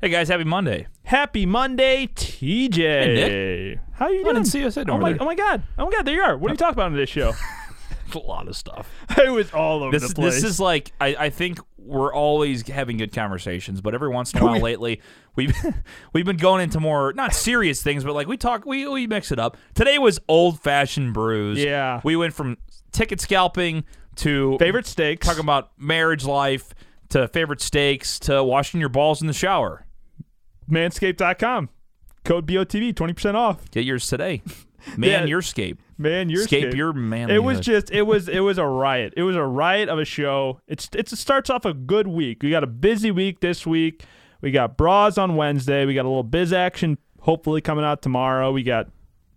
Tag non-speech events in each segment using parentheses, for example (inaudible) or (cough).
Hey guys, happy Monday. Happy Monday, TJ. Nick. How you I doing? didn't see you sitting oh over my, there. oh my god! Oh my god! There you are. What are you talking about on (laughs) this show? A lot of stuff. (laughs) it was all over This, the place. this is like I, I think we're always having good conversations, but every (laughs) once in a while lately we've (laughs) we've been going into more not serious things, but like we talk we, we mix it up. Today was old fashioned brews. Yeah. We went from ticket scalping to favorite steaks. talking about marriage life to favorite steaks to washing your balls in the shower. Manscaped.com. Code BOTB, twenty percent off. Get yours (laughs) today. Man Yeah. your scape. Man, you're Scape scape. your manly. It was just it was it was a riot. It was a riot of a show. It's it's it starts off a good week. We got a busy week this week. We got bras on Wednesday. We got a little biz action hopefully coming out tomorrow. We got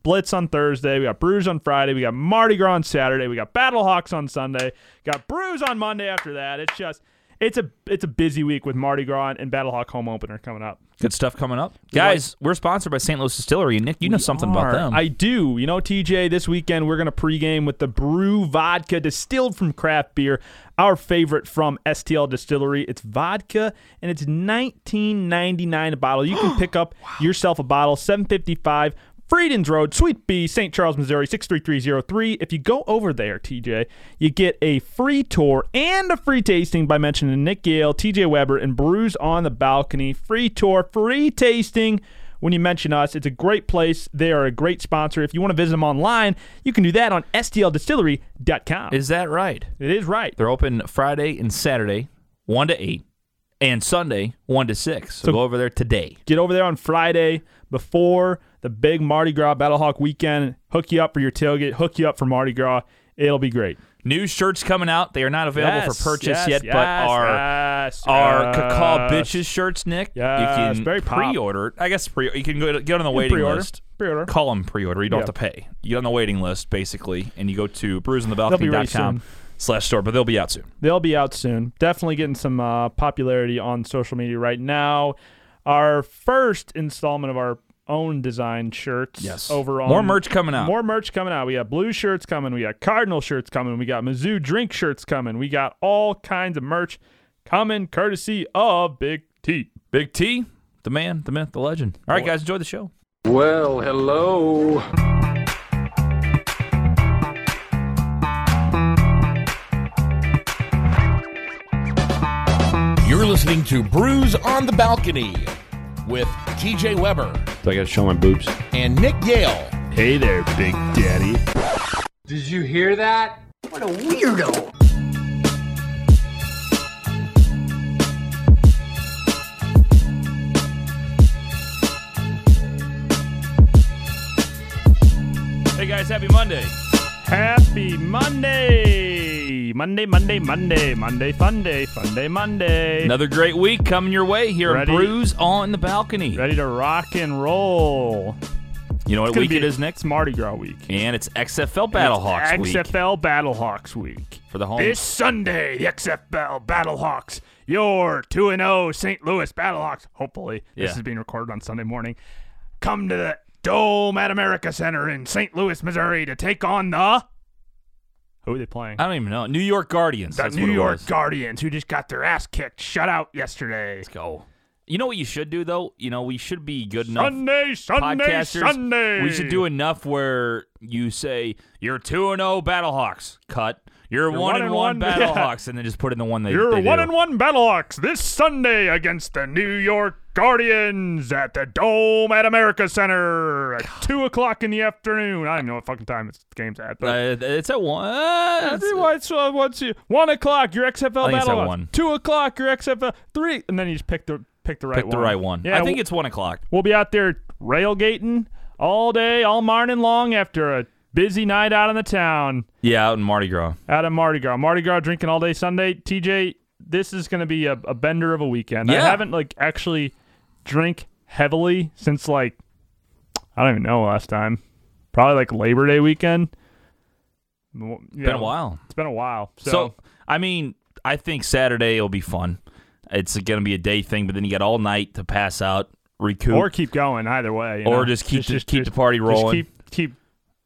Blitz on Thursday. We got Brews on Friday. We got Mardi Gras on Saturday. We got Battlehawks on Sunday. Got Brews on Monday after that. It's just it's a it's a busy week with Mardi Gras and Battlehawk home opener coming up. Good stuff coming up. Guys, we're sponsored by St. Louis Distillery. and Nick, you know something about are. them. I do. You know, TJ, this weekend we're going to pregame with the Brew Vodka distilled from craft beer, our favorite from STL Distillery. It's vodka and it's 19.99 a bottle. (gasps) You can pick up yourself a bottle, 755 Freeden's Road, Suite B, St. Charles, Missouri, 63303. If you go over there, TJ, you get a free tour and a free tasting by mentioning Nick Gale, TJ Weber, and Brews on the Balcony. Free tour, free tasting when you mention us. It's a great place. They are a great sponsor. If you want to visit them online, you can do that on stldistillery.com. Is that right? it is right. They're open Friday and Saturday, 1 to 8, and Sunday, 1 to 6. So, go over there today. Get over there on Friday before the big Mardi Gras Battlehawk weekend. Hook you up for your tailgate, hook you up for Mardi Gras. It'll be great. New shirts coming out. They are not available Yes, for purchase yes, yet, yes, but our yes, uh, our Cacao yes. Bitches shirts, Nick. Yes, you can very pop. pre-order. it. I guess pre- you can go to, get on the waiting pre-order. list. Pre-order. Call them pre-order. You don't Yeah. have to pay. You get on the waiting list basically, and you go to be ready brewsonthebalcony.com soon. slash store, but they'll be out soon. They'll be out soon. Definitely getting some uh, popularity on social media right now. Our first installment of our own design shirts. Yes. Over on More merch coming out. More merch coming out. We got blue shirts coming. We got Cardinal shirts coming. We got Mizzou drink shirts coming. We got all kinds of merch coming, courtesy of Big T. Big T, the man, the myth, the legend. All right, guys, enjoy the show. Well, hello. You're listening to Brews on the Balcony with TJ Weber So I got to show my boobs. and Nick Yale. Hey there, Big Daddy. Did you hear that? What a weirdo. Hey guys, happy Monday. Happy Monday. Monday, Monday, Monday, Monday, Funday, Funday, Monday. Another great week coming your way here at Ready? Brews on the Balcony. Ready to rock and roll. You know what Gonna week be- it is next? It's Mardi Gras week. And it's XFL Battlehawks It's week XFL Battlehawks week. for the home. This Sunday, the XFL Battlehawks, your 2 0 St. Louis Battlehawks. Hopefully, this Yeah. is being recorded on Sunday morning. Come to the Dome at America Center in St. Louis, Missouri to take on the. Who are they playing? I don't even know. New York Guardians. the That's New what it York was. Guardians, who just got their ass kicked, shut out yesterday. Let's go. You know what you should do though? You know we should be good enough Sunday, Sunday, podcasters. Sunday. We should do enough where you say you're two and zero Battlehawks. Cut. You're, one, and one, (laughs) yeah. Battlehawks, and then just put in the one they. Your they one do. and one Battlehawks this Sunday against the New York Guardians at the Dome at America Center at two o'clock in the afternoon. I don't know what fucking time this game's at, but Uh, it's a one. uh, it's- what's, uh, what's you- one o'clock your XFL I think it's at Battlehawks, one. two o'clock your XFL three, and then you just pick the pick the right pick one. the right one. Yeah, I think w- it's one o'clock. we'll be out there railgating all day, all morning long after a busy night out in the town. Yeah, out in Mardi Gras. out of Mardi Gras. Mardi Gras drinking all day Sunday. TJ, this is going to be a, a bender of a weekend. Yeah. I haven't like actually drink heavily since like I don't even know last time. Probably like Labor Day weekend. Mo- Yeah, Been a while. It's been a while. So, So, I mean, I think Saturday will be fun. It's going to be a day thing, but then you got all night to pass out, recoup. or keep going either way. you Or know? just keep the- keep the party rolling. Just keep keep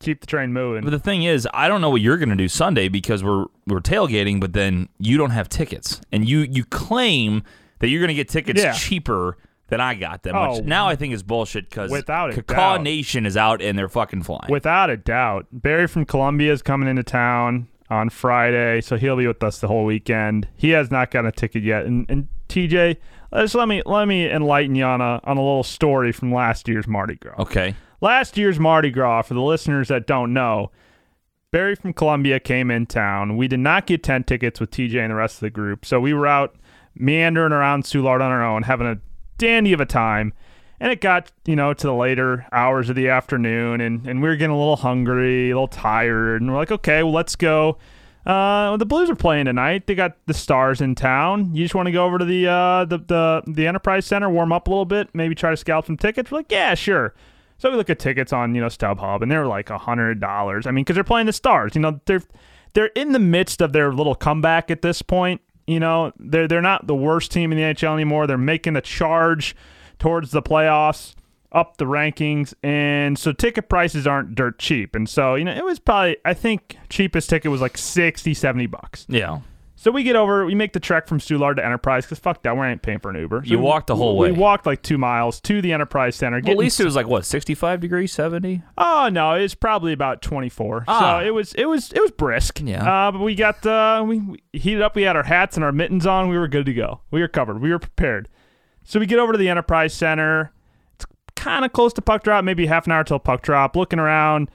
keep the train moving. but the thing is, I don't know what you're going to do Sunday because we're we're tailgating, but then you don't have tickets, and you you claim that you're going to get tickets Yeah. cheaper than I got them. Oh. Which now I think is bullshit because Without a Cacao doubt. Nation is out and they're fucking flying. Without a doubt. Barry from Columbia is coming into town on Friday, so he'll be with us the whole weekend. He has not gotten a ticket yet. And, and TJ, just let me let me enlighten you on a on a little story from last year's Mardi Gras. okay. Last year's Mardi Gras, for the listeners that don't know, Barry from Columbia came in town. We did not get tent tickets with TJ and the rest of the group, so we were out meandering around Soulard on our own, having a dandy of a time. And it got, you know, to the later hours of the afternoon, and, and we were getting a little hungry, a little tired, and we're like, okay, well, let's go. Uh, the Blues are playing tonight. They got the Stars in town. You just want to go over to the, uh, the the the Enterprise Center, warm up a little bit, maybe try to scalp some tickets. We're like, yeah, sure. So we look at tickets on you know StubHub, and they're like hundred dollars. I mean, because they're playing the Stars. You know, they're they're in the midst of their little comeback at this point. You know, they're they're not the worst team in the NHL anymore. They're making a charge towards the playoffs, up the rankings, and so ticket prices aren't dirt cheap. And so you know, it was probably I think cheapest ticket was like 60, 70 bucks. Yeah. So we get over, we make the trek from Soulard to Enterprise because fuck that, we ain't paying for an Uber. So You walked the whole we, way. We walked like two miles to the Enterprise Center. Well, at getting least it was like what sixty-five degrees, seventy. Oh no, it's probably about twenty four. Ah. So it was it was it was brisk. Yeah. Uh, but we got uh, we, we heated up. We had our hats and our mittens on. We were good to go. We were covered. We were prepared. So we get over to the Enterprise Center. It's kind of close to puck drop. Maybe half an hour till puck drop. Looking around,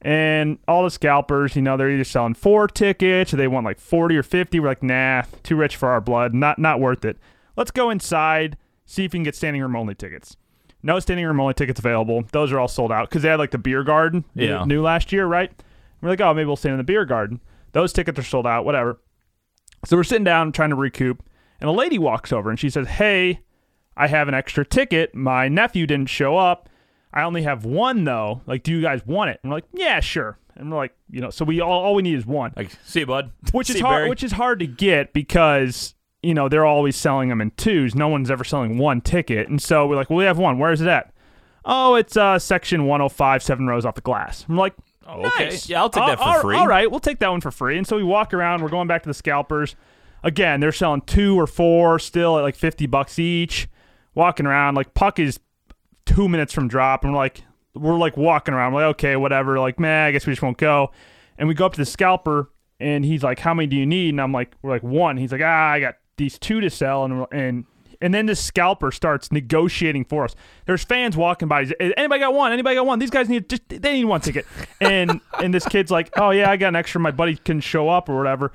and all the scalpers, you know, they're either selling four tickets or they want like forty or fifty. We're like, nah, too rich for our blood. Not not worth it. Let's go inside. See if we can get standing room only tickets. No standing room only tickets available. Those are all sold out because they had like the beer garden n- Yeah. new last year, right? We're like, oh, maybe we'll stand in the beer garden. Those tickets are sold out, whatever. So we're sitting down trying to recoup, and a lady walks over and she says, hey, I have an extra ticket. My nephew didn't show up. I only have one though. Like, do you guys want it? And we're like, yeah, sure. And we're like, you know, so we all, all we need is one Like, see, you, bud. (laughs) which is See, hard Barry. which is hard to get because you know they're always selling them in twos no one's ever selling one ticket and so we're like well we have one where is it at oh it's uh section 105 seven rows off the glass i'm like Oh, okay. nice. Yeah, I'll take Al- that for al- free. all right we'll take that one for free and so we walk around we're going back to the scalpers again they're selling two or four still at like 50 bucks each walking around like puck is two minutes from drop, and we're like, we're like walking around, we're like, okay, whatever, like, man, I guess we just won't go. And we go up to the scalper, and he's like, how many do you need? And I'm like, we're like one. He's like, ah, I got these two to sell, and we're- and and then this scalper starts negotiating for us. There's fans walking by. He's, Anybody got one? Anybody got one? These guys need just they need one ticket. And and this kid's like, oh yeah, I got an extra. My buddy can show up or whatever.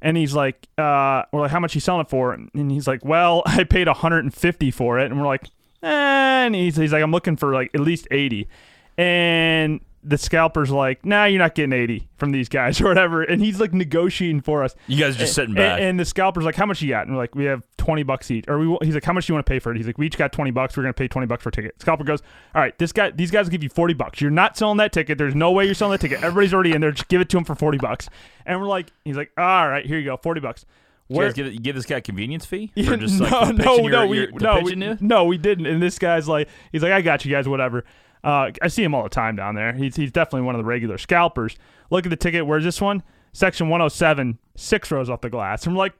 And he's like, uh, we're like, how much you selling it for? And he's like, well, (laughs) I paid 150 for it. And we're like, eh, and he's, he's like, I'm looking for like at least 80. And the scalper's like, nah, you're not getting 80 from these guys (laughs) or whatever. And he's like negotiating for us. You guys are just sitting And, back. Eh, and the scalper's like, how much you got? And we're like, we have 20 bucks each. Or we, he's like, how much do you want to pay for it? He's like, we each got 20 bucks. We're going to pay 20 bucks for a ticket. Scalper goes, all right, this guy, these guys will give you 40 bucks. You're not selling that ticket. There's no way you're selling that ticket. Everybody's already in there. Just give it to him for 40 bucks. And we're like, he's like, all right, here you go. 40 bucks. you Where- guys give, you give this guy a convenience fee? yeah, For just like (laughs) no, for no, pitching no, your- we, your- to no, pitching we, you? no, we didn't. And this guy's like, he's like, I got you guys, whatever. Uh, I see him all the time down there. He's he's definitely one of the regular scalpers. Look at the ticket. Where's this one? Section 107, six rows off the glass. I'm like,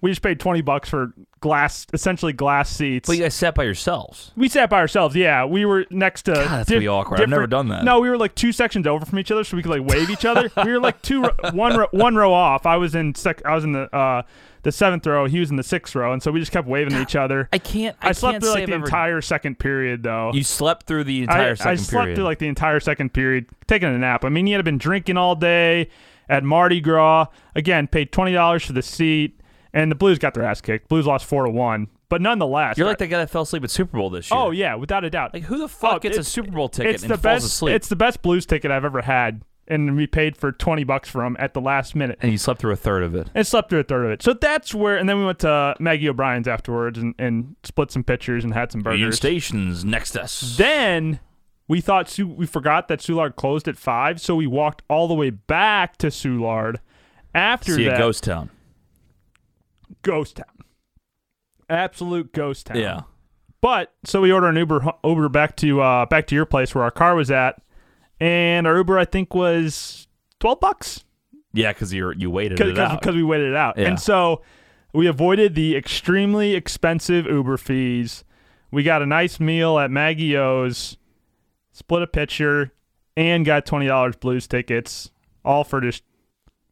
we just paid 20 bucks for glass, essentially glass seats. But you guys sat by yourselves. we sat by ourselves. Yeah, we were next to. that's pretty awkward. I've different- never done that. No, we were like two sections over from each other, so we could like wave each other. we were like two, ro- (laughs) one, ro- one row off. I was in sec. I was in the uh, the seventh row. He was in the sixth row, and so we just kept waving to each other. I can't. I, I, slept can't through say like the I've ever- (laughs) entire second period, though. You slept through the I, entire I second slept period. through like the entire second period, taking a nap. I mean, he had been drinking all day at Mardi Gras. Again, paid twenty dollars for the seat, and the Blues got their ass kicked. Blues lost four to one, but nonetheless, You're like that guy that fell asleep at Super Bowl this year. oh yeah, without a doubt. Like who the fuck Oh, gets a it's- Super Bowl ticket it's and the falls best. asleep? It's the best Blues ticket I've ever had, and we paid for twenty bucks for him at the last minute. and you slept through a third of it. and slept through a third of it. So that's where, and then we went to Maggie O'Brien's afterwards and, and split some pictures and had some burgers. Union Station's next to us. Then we thought Su- we forgot that Soulard closed at five, so we walked all the way back to Soulard after See that a ghost town. ghost town, absolute ghost town. Yeah. But so we order an Uber hu- Uber back to uh, back to your place where our car was at, and our Uber I think was twelve bucks. Yeah, because you you waited it out. because we waited it out. Yeah. And so we avoided the extremely expensive Uber fees. We got a nice meal at Maggie O's, split a pitcher, and got twenty dollars blues tickets, all for just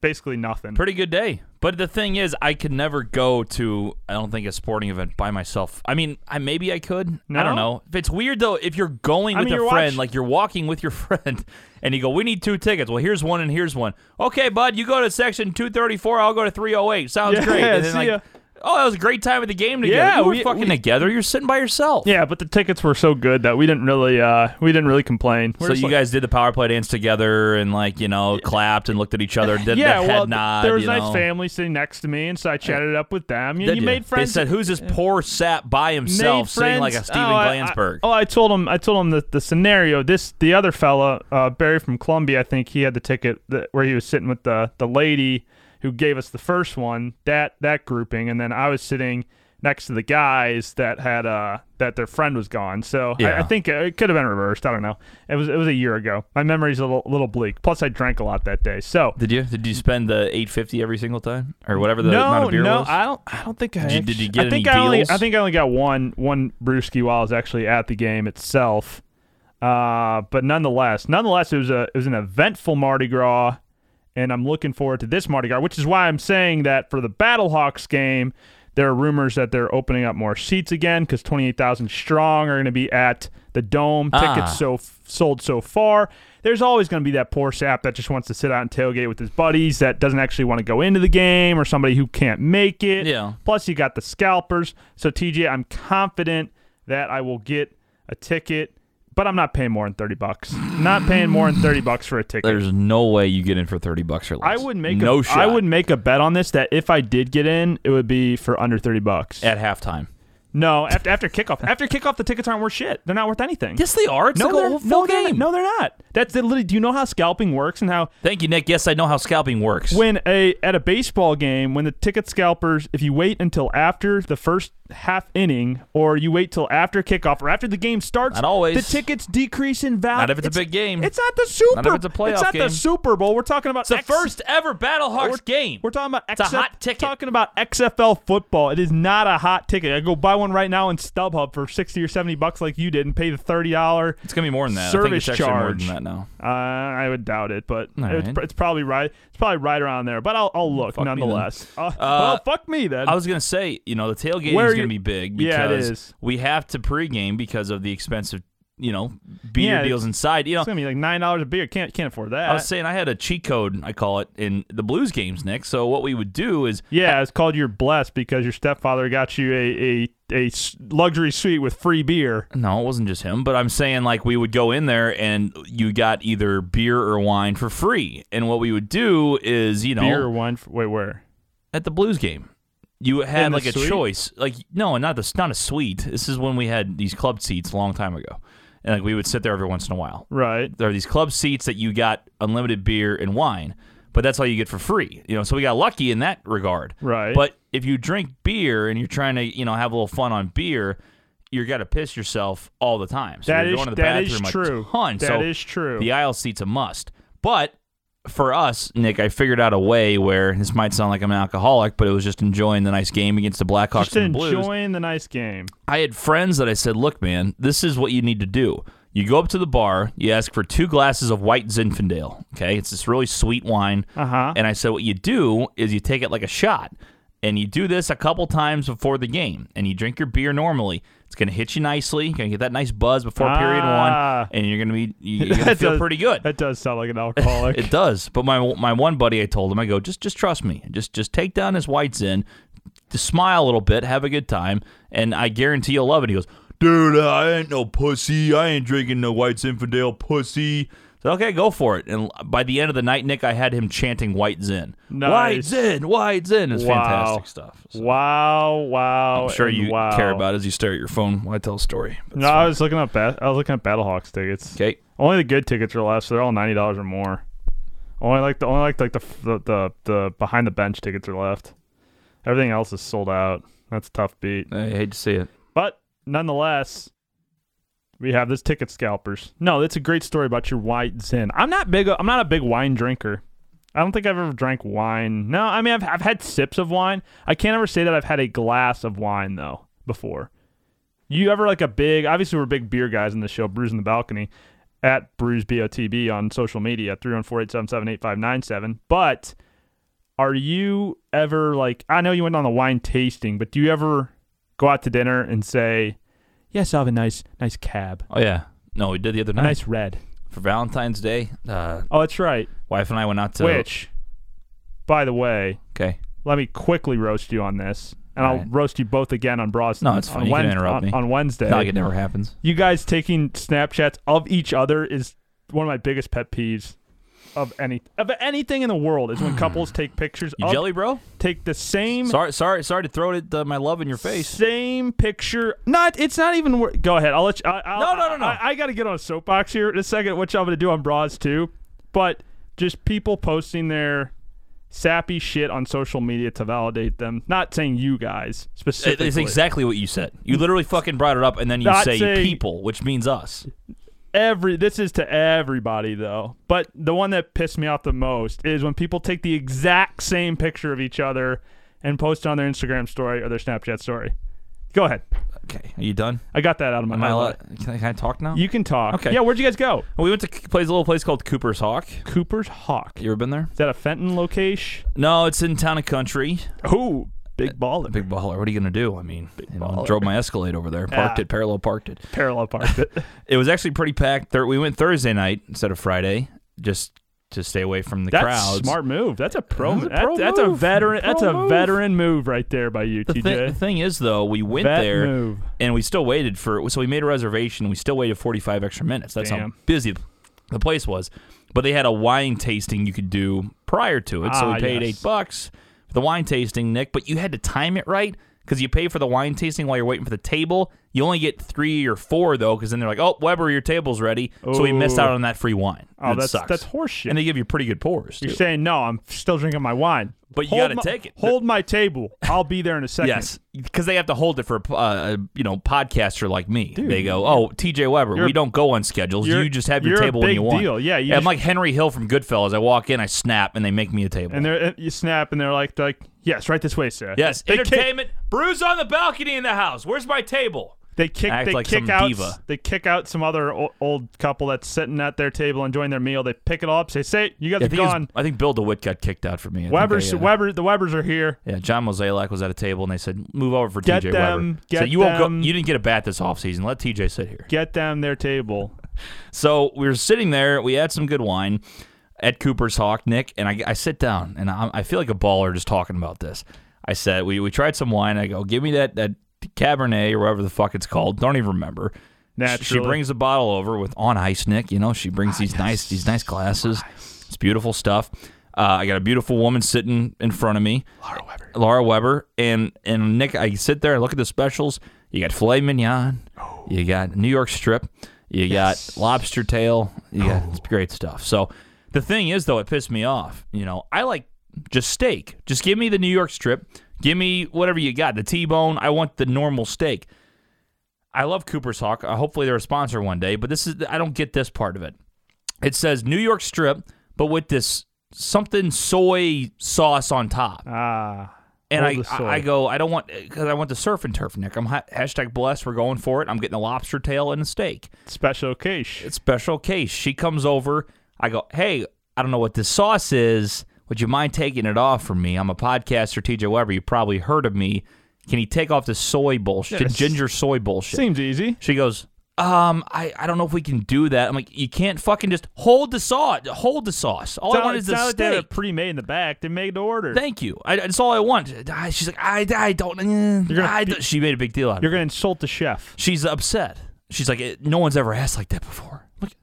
basically nothing. Pretty good day. But the thing is, I could never go to I don't think a sporting event by myself. I mean, I maybe I could. I No? don't know. It's weird though if you're going I with mean, a you're friend, watch- like you're walking with your (laughs) friend, and you go, "We need two tickets." Well, here's one and here's one. Okay, bud, you go to section 234. I'll go to 308. Sounds Yeah, great. And then, see like, ya. oh, that was a great time at the game together. Yeah, you were we- fucking we- together. You're sitting by yourself. yeah, but the tickets were so good that we didn't really uh we didn't really complain. We're So just you like- guys did the power play dance together and like you know clapped and looked at each other. Did (laughs) yeah, the head well, th- nod. there was you a nice know. family sitting next to me, and so I chatted it up with them. You, Did you ya? made friends. They said, "Who's this poor sap by made himself, singing like a friends- Steven oh, I- Glansberg?" I, oh, I told him. I told him the the scenario. This the other fella, uh, Barry from Columbia. I think he had the ticket that, where he was sitting with the the lady who gave us the first one. That that grouping, and then I was sitting next to the guys that had uh that their friend was gone. So I, Yeah. I think it could have been reversed. I don't know. It was it was a year ago. My memory's a little, little bleak. Plus, I drank a lot that day. So. did you did you spend the eight fifty every single time or whatever the amount no, of beer no, was? I don't. I don't think I. Did you- did you actu- get I think any I only. deals? I think I only got one one brewski while I was actually at the game itself. Uh, but nonetheless, nonetheless, it was a it was an eventful Mardi Gras, and I'm looking forward to this Mardi Gras, which is why I'm saying that for the Battlehawks game, there are rumors that they're opening up more seats again because 28,000 strong are going to be at the Dome. Ah. Tickets so sold so far. There's always going to be that poor sap that just wants to sit out and tailgate with his buddies that doesn't actually want to go into the game or somebody who can't make it. Yeah. Plus, you got the scalpers. So, TJ, I'm confident that I will get a ticket, but I'm not paying more than 30 bucks. not paying more than 30 bucks for a ticket. There's no way you get in for thirty bucks or less. I would make no a, shot. I would make a bet on this that if I did get in, it would be for under 30 bucks. at halftime. No, after after kickoff. After kickoff, the tickets aren't worth shit. They're not worth anything. Yes, they are. It's no, the whole they're, full no, they're, game. no, they're not. That's the, literally. Do you know how scalping works and how Thank you, Nick. Yes, I know how scalping works. when a at a baseball game when the ticket scalpers if you wait until after the first half inning or you wait till after kickoff or after the game starts Not always. the tickets decrease in value Not if it's a big game. it's not the super Not if it's a playoff not the game. super bowl we're talking about it's the X- first ever we're, Battlehawks game. we're talking about It's a XF hot ticket. talking about XFL football it is not a hot ticket I go buy one right now in StubHub for 60 or 70 bucks like you did and pay the $30 it's gonna be more than that. I think it's service actually more charge. than that now. uh, I would doubt it, but All it's, right. pr- it's probably right. It's probably right around there. But I'll, I'll look Fuck me then. nonetheless. Uh, well, fuck me then. I was gonna say, you know, the tailgate Where is are you- gonna be big because Yeah, it is. we have to pregame because of the expensive, you know, beer Yeah, deals inside. You know, it's gonna be like nine dollars a beer. Can't can't afford that. I was saying I had a cheat code, I call it, in the Blues games, Nick. So what we would do is yeah, it's called you're blessed because your stepfather got you a, a a s- luxury suite with free beer. no, it wasn't just him, but I'm saying like we would go in there and you got either beer or wine for free. And what we would do is, you know, Beer or wine? f- Wait, where? at the Blues game, you In had the like a suite? choice. Like no, not this, not a suite. This is when we had these club seats a long time ago, and like we would sit there every once in a while. Right. there are these club seats that you got unlimited beer and wine, but that's all you get for free. You know, so we got lucky in that regard. Right. But if you drink beer and you're trying to, you know, have a little fun on beer, you're got to piss yourself all the time. So That you're is- going to the that is bathroom a true. ton. That so is true. The aisle seat's a must. But for us, Nick, I figured out a way where this might sound like I'm an alcoholic, but it was just enjoying the nice game against the Blackhawks Just and the Blues. enjoying the nice game. I had friends that I said, look, man, this is what you need to do. You go up to the bar, you ask for two glasses of white Zinfandel. Okay. It's this really sweet wine. Uh Uh-huh. And I said, what you do is you take it like a shot and you do this a couple times before the game and you drink your beer normally. It's going to hit you nicely. You're going to get that nice buzz before period Ah. one. And you're going (laughs) to be, you- you're going to That feel does- pretty good. That does sound like an alcoholic. (laughs) It does. But my my one buddy, I told him, I go, just just trust me. Just just take down his whites in, just smile a little bit, have a good time, and I guarantee you'll love it. He goes, dude, I ain't no pussy. I ain't drinking no whites infidel pussy. So okay, go for it. And by the end of the night, Nick, I had him chanting "White Zen, Nice. White Zen, White Zen." It's Wow. fantastic stuff. So wow, wow. I'm sure and you wow. care about it as you stare at your phone while I tell a story. But No, it's I was looking up. Bat- I was looking at Battlehawks tickets. fine. okay. Only the good tickets are left, so they're all ninety dollars or more. Only like the only like like the the the, the behind the bench tickets are left. Everything else is sold out. That's a tough beat. I hate to see it. But nonetheless, we have this ticket scalpers. No, that's a great story about your white zin. I'm not big. I'm not a big wine drinker. I don't think I've ever drank wine. No, I mean I've I've had sips of wine. I can't ever say that I've had a glass of wine though before. You ever like a big? Obviously, we're big beer guys in the show. Brews in the balcony at Brews BOTB on social media three one four eight seven seven eight five nine seven. But are you ever like? I know you went on the wine tasting, but do you ever go out to dinner and say, "Yes, I'll have a nice, nice cab, Oh yeah. No, we did the other a night nice red." for Valentine's Day. Uh, Oh, that's right. wife and I went out to Which, by the way, Okay. let me quickly roast you on this, and I'll All right. roast you both again on Bros. No, it's on fine. You can Wednes- interrupt on, me. on Wednesday. Not like it never happens. you guys taking Snapchats of each other is one of my biggest pet peeves of any of anything in the world is (sighs) when couples take pictures You of jelly, bro? take the same Oh. Sorry, sorry, sorry to throw it, uh, my love in your face. same picture. Not it's not even wor- go ahead. I'll let you I, I'll, No, no, no, no. I, I got to get on a soapbox here in a second which I'm going to do on bras too. But just people posting their sappy shit on social media to validate them. Not saying you guys specifically. It's exactly what you said. You literally fucking brought it up, and then you Not say saying- people, which means us. every this is to everybody though but the one that pissed me off the most is when people take the exact same picture of each other and post it on their instagram story or their snapchat story go ahead Okay, are you done? i got that out of my Am I mind allowed- can, I, can I talk now? you can talk Okay. yeah where'd you guys go Uh, we went to c- plays a little place called Cooper's Hawk. cooper's hawk You ever been there? is that a fenton location No, it's in town and country. oh big ball Big baller. What are you gonna do? I mean, you know, drove my Escalade over there, parked Yeah. it, parallel parked it. parallel park (laughs) It was actually pretty packed. Thur- we went Thursday night instead of Friday, just to stay away from the that's crowds. smart move that's a pro, That's a that- pro that's a move. veteran that's Pro a move. veteran move right there by you The, thi- tj the thing is, though, we went Vet there move. Oh, and we still waited for. So we made a reservation. We still waited 45 extra minutes. That's Damn. how busy the place was. But they had a wine tasting you could do prior to it. so Ah, we paid yes. eight bucks for the wine tasting, Nick. But you had to time it right because you pay for the wine tasting while you're waiting for the table. You only get three or four though, because then they're like, "Oh, Weber, your table's ready." So we missed Ooh. out on that free wine. Oh, It that's sucks. that's horseshit. And they give you pretty good pours. You're too. saying no, I'm still drinking my wine. But you Hold gotta my- take it. Hold my table. I'll be there in a second. Yes, because they have to hold it for a uh, you know podcaster like me. they go, "Oh, T.J. Weber, we don't go on schedules. you're- You just have your you're a table when big you want." deal. Yeah, you I'm just- like Henry Hill from Goodfellas. I walk in, I snap, and they make me a table. And they're you snap and they're like they're like yes, right this way, sir. yes, They kick entertainment. Brews on the balcony in the house. Where's my table? they kick Act they like kick some out diva. they kick out some other old, old couple that's sitting at their table enjoying their meal. They pick it all up, say, "Say, you guys I are think, it was- gone." I think Bill DeWitt got kicked out for me. I think Weber's I, uh, Weber the Webers are here. Yeah, John Mozeliak was at a table, and they said, "Move over for Get T.J. them, Weber." so get you won't them. go. You didn't get a bat this offseason. Let T.J. sit here. Get them their table. So we were sitting there. We had some good wine at Cooper's Hawk, Nick, and I, I sit down and I, I feel like a baller just talking about this. I said we, we tried some wine. I go, give me that that Cabernet or whatever the fuck it's called. Don't even remember. She- Naturally. she brings the bottle over with on ice, Nick. You know, she brings these nice these nice glasses. It's beautiful stuff. Uh, I got a beautiful woman sitting in front of me. Laura Weber. Laura Weber and and Nick. I sit there. I look at the specials. You got filet mignon. You got New York strip. You got lobster tail. You got it's great stuff. So the thing is, though, it pissed me off. You know, I like just steak. Just give me the New York strip. Give me whatever you got. The T-bone. I want the normal steak. I love Cooper's Hawk. Uh, hopefully they're a sponsor one day, but this is I don't get this part of it. It says New York strip, but with this something soy sauce on top. Ah. And all I, the soy. I, I go, I don't want because I want the surf and turf, Nick. I'm ha- hashtag blessed. We're going for it. I'm getting a lobster tail and a steak. Special occasion. It's special case. She comes over. I go, hey, I don't know what this sauce is. Would you mind taking it off from me? I'm a podcaster, TJ Weber. You probably heard of me. Can you take off this soy bullshit, Yes. ginger soy bullshit? Seems easy. She goes, um, I, I don't know if we can do that. I'm like, you can't fucking just hold the sauce. Hold the sauce. All I It's not- want is it's the not like they have steak. it pre-made in the back. They made to order. Thank you. I, that's all I want. I- she's like, I, I don't. eh, gonna I be- don't- she made a big deal out of You're it. gonna insult the chef. She's upset. She's like, "It- no one's ever asked like that before. I'm like,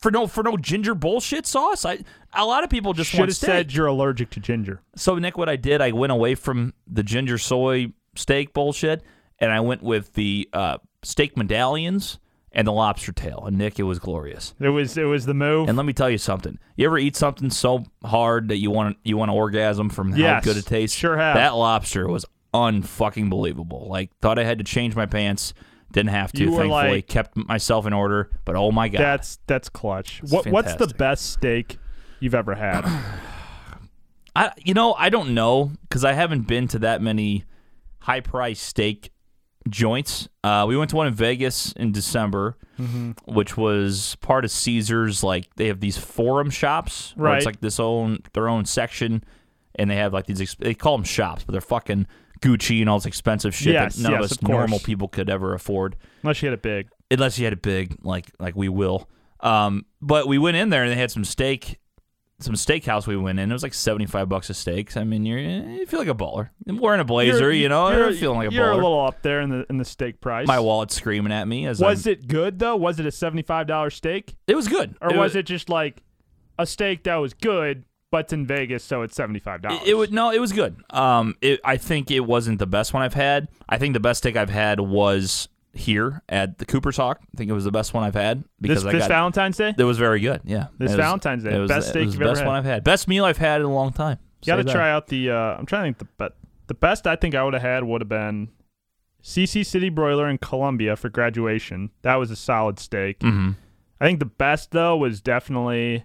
for no for no ginger bullshit sauce. I a lot of people just Should want have steak. said you're allergic to ginger. So Nick, what I did, I went away from the ginger soy steak bullshit, and I went with the uh, steak medallions and the lobster tail. And Nick, it was glorious. It was it was the move. And let me tell you something. You ever eat something so hard that you want you want to orgasm from Yes, how good it tastes? sure have. That lobster was unfucking believable. Like thought I had to change my pants. Didn't have to. You were thankfully, like- kept myself in order. But oh my god, that's that's clutch. What what's the fantastic. best steak you've (clears throat) ever had? I you know I don't know because I haven't been to that many high price steak joints. Uh, we went to one in Vegas in December, Mm-hmm. which was part of Caesar's. Like they have these forum shops, where Right. It's like this own their own section, and they have like these. Ex- they call them shops, but they're fucking Gucci and all this expensive shit Yes, that none yes, of us of course. normal people could ever afford Unless you had it big. unless you had a big like like we will. Um, but we went in there and they had some steak, some steakhouse. We went in. It was like seventy five bucks a steak. I mean, you're you feel like a baller. I'm wearing a blazer, You're- you know, you're- you're feeling like a You're baller. a little up there in the in the steak price. My wallet's screaming at me as Was I'm- it good though? Was it a seventy-five dollar steak, It was good, or was it just like a steak that was good, but it's in Vegas, so it's seventy-five dollars? It, it was no, it was good. Um, it, I think it wasn't the best one I've had. I think the best steak I've had was here at the Cooper's Hawk. I think it was the best one I've had because this, I this got Valentine's Day. it was very good. Yeah, This It was- Valentine's Day, it was, best it steak was you've the ever best had. one I've had. Best meal I've had in a long time. Got to Say that. try out the. Uh, I'm trying to think the but the best I think I would have had would have been CC City Broiler in Columbia for graduation. That was a solid steak. Mm-hmm. I think the best though was definitely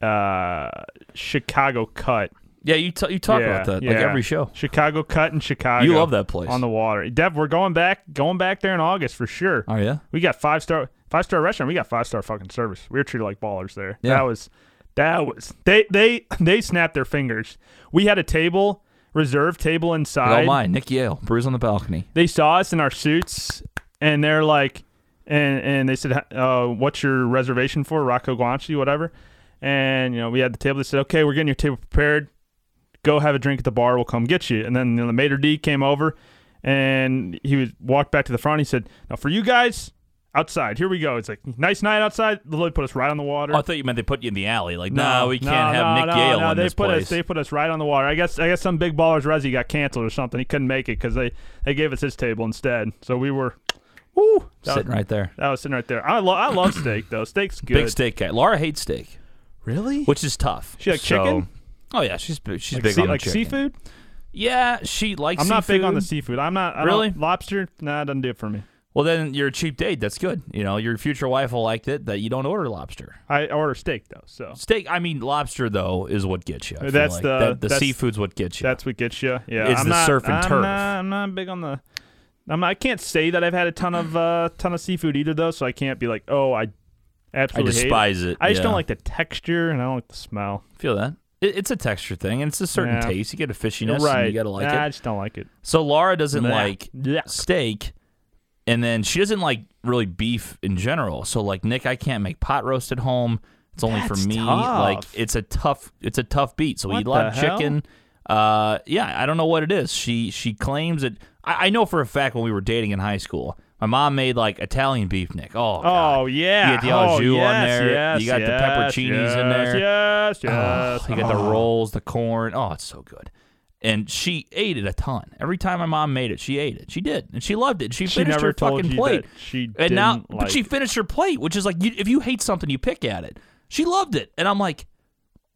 uh, Chicago Cut. Yeah, you t- you talk Yeah, about that like yeah. every show. Chicago Cut in Chicago. You love that place. on the water. Dev, we're going back going back there in August for sure. Oh yeah, We got five star five star restaurant. We got five star fucking service. We were treated like ballers there. Yeah. That was that was they they they snapped their fingers. We had a table reserved table I, inside. oh my, Nick Yale, Brews on the balcony. They saw us in our suits and they're like and and they said uh, what's your reservation for Rocco Guanchi whatever. And you know we had the table. They said okay we're getting your table prepared. Go have a drink at the bar. We'll come get you. And then you know, the maitre d came over and he was walked back to the front. He said now for you guys. Outside, here we go. It's like nice night outside. They put us right on the water. Oh, I thought you meant they put you in the alley. Like, no, we can't No, have no, Nick no, Yale no, in they this put place. Us, they put us right on the water. I guess I guess some big ballers Resi got canceled or something. He couldn't make it because they, they gave us his table instead. So we were, woo, that Sitting was, right there. that was sitting right there. I, lo- (clears throat) I love steak though. Steak's good. Big steak guy. Laura hates steak, Really? which is tough. She like So- chicken? Oh yeah, she's bi- she's like big sea- on the like chicken. seafood? Yeah, she likes. I'm not big on the seafood. seafood. I'm not I Really? don't, lobster. Nah, it doesn't do it for me. Well, then you're a cheap date. That's good. You know, your future wife will like it that you don't order lobster. I order steak though, so Steak. I mean, lobster though is what gets you. I feel That's like. the- That- the that's- seafood's what gets you. that's what gets you. Yeah, It's I'm the not, surf and I'm turf. Not, I'm not big on the. I'm not, I can't say that I've had a ton of uh, ton of seafood either though, so I can't be like, oh, I I absolutely hate it. despise it. I just don't Yeah. like the texture and I don't like the smell. feel that. It, it's a texture thing, and it's a certain Yeah. taste. You get a fishiness, right. and you gotta like Nah, it. I just don't like it. So Laura doesn't Blech. like Blech. steak, and then she doesn't like really beef in general. So like Nick, I can't make pot roast at home. It's only That's for me. tough. Like it's a tough, it's a tough beat. So we What eat a lot of the hell? chicken. Uh, yeah, I don't know what it is. She she claims it. I, I know for a fact when we were dating in high school, my mom made like Italian beef, Nick. Oh, God. Oh yeah. You get the oh, au jus on yes, there. Yes, You got the yes, pepperoncinis in yes, there. Yes, Oh, yes. you got the Oh. rolls, the corn. Oh, it's so good. And she ate it a ton. Every time my mom made it, she ate it. She did, and she loved it. She, She finished never her told fucking you plate. that she and now, didn't but she like it. finished her plate, which is like, you, if you hate something, you pick at it. She loved it, and I'm like,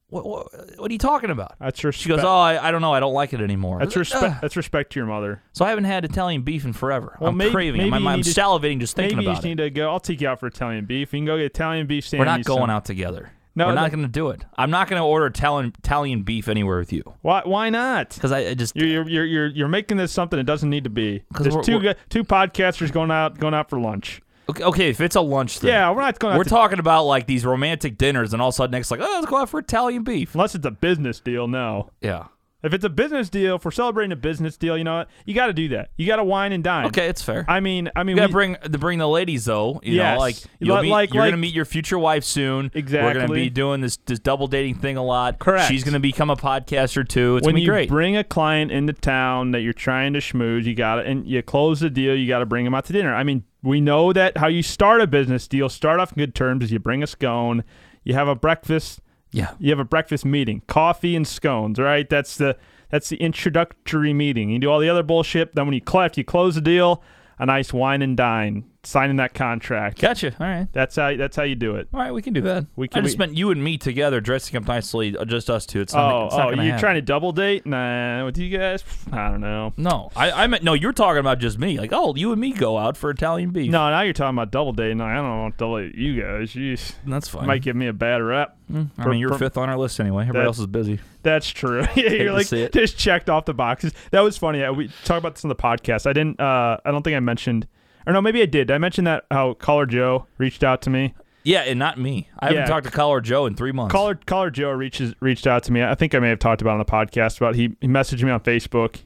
what? What, what are you talking about? That's respect. She goes, oh, I, I don't know, I don't like it anymore. That's Ugh. respect. That's respect to your mother. So I haven't had Italian beef in forever. Well, I'm maybe- craving. it. maybe My- you my- I'm, need to- salivating just thinking Maybe you about just it. need to go. I'll take you out for Italian beef. You can go get Italian beef We're sandwich. not going out together. No, We're not that- going to do it. I'm not going to order Italian Italian beef anywhere with you Why? Why not? because I, I just You're, you're you're you're you're making this something it doesn't need to be. 'Cause There's we're- two we're- gu- two podcasters going out going out for lunch. Okay, okay, if it's a lunch thing. Yeah, we're not going out. We're to- talking about like these romantic dinners, and all of a sudden, next, like, oh, let's go out for Italian beef. unless it's a business deal. No. Yeah. If it's a business deal, if we're celebrating a business deal, you know what? You got to do that. You got to wine and dine. Okay, it's fair. I mean, I mean, you gotta we- bring the bring the ladies though. You Yes. know, like Li- you'll be, like- you're like- gonna meet your future wife soon. We're gonna Exactly. be doing this this double dating thing a lot. Correct. She's gonna become a podcaster too. It's when gonna be you great. bring a client into town that you're trying to schmooze, you got to and you close the deal. You got to bring them out to dinner. I mean, we know that how you start a business deal, start off in good terms, is you bring a scone, you have a breakfast, yeah. you have a breakfast meeting, coffee and scones. Right? That's the that's the introductory meeting. You do all the other bullshit. Then when you collect, you close the deal. A nice wine and dine. signing that contract. Gotcha. All right. That's how that's how you do it. All right, we can do that. I We can- just we- meant you and me together dressing up nicely, uh, just us two. It's not, Oh, it's not oh, gonna you happen. trying to double date? Nah, with you guys, Pff, I don't know. No, I, I meant no. You're talking about just me. Like, oh, you and me go out for Italian beef. No, now you're talking about double dating. I don't want to double date you guys. Jeez, that's fine. might give me a bad rap. Hmm, I mean, you're for- fifth on our list anyway. Everybody That- else is busy. That's true. (laughs) yeah, to you're like see it. just checked off the boxes. That was funny. I, we talked about this on the podcast. I didn't. Uh, I don't think I mentioned, or no, maybe I did. Did I mentioned that how Caller Joe reached out to me. Yeah, and not me. I Yeah. haven't talked to Collar Joe in three months. Caller Caller Joe reaches reached out to me. I think I may have talked about it on the podcast about he, he messaged me on Facebook,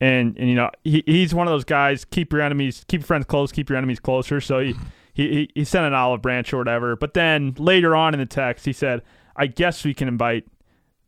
and and you know he, he's one of those guys keep your enemies keep your friends close keep your enemies closer. So he he he, he sent an olive branch or whatever. But then later on in the text he said, I guess we can invite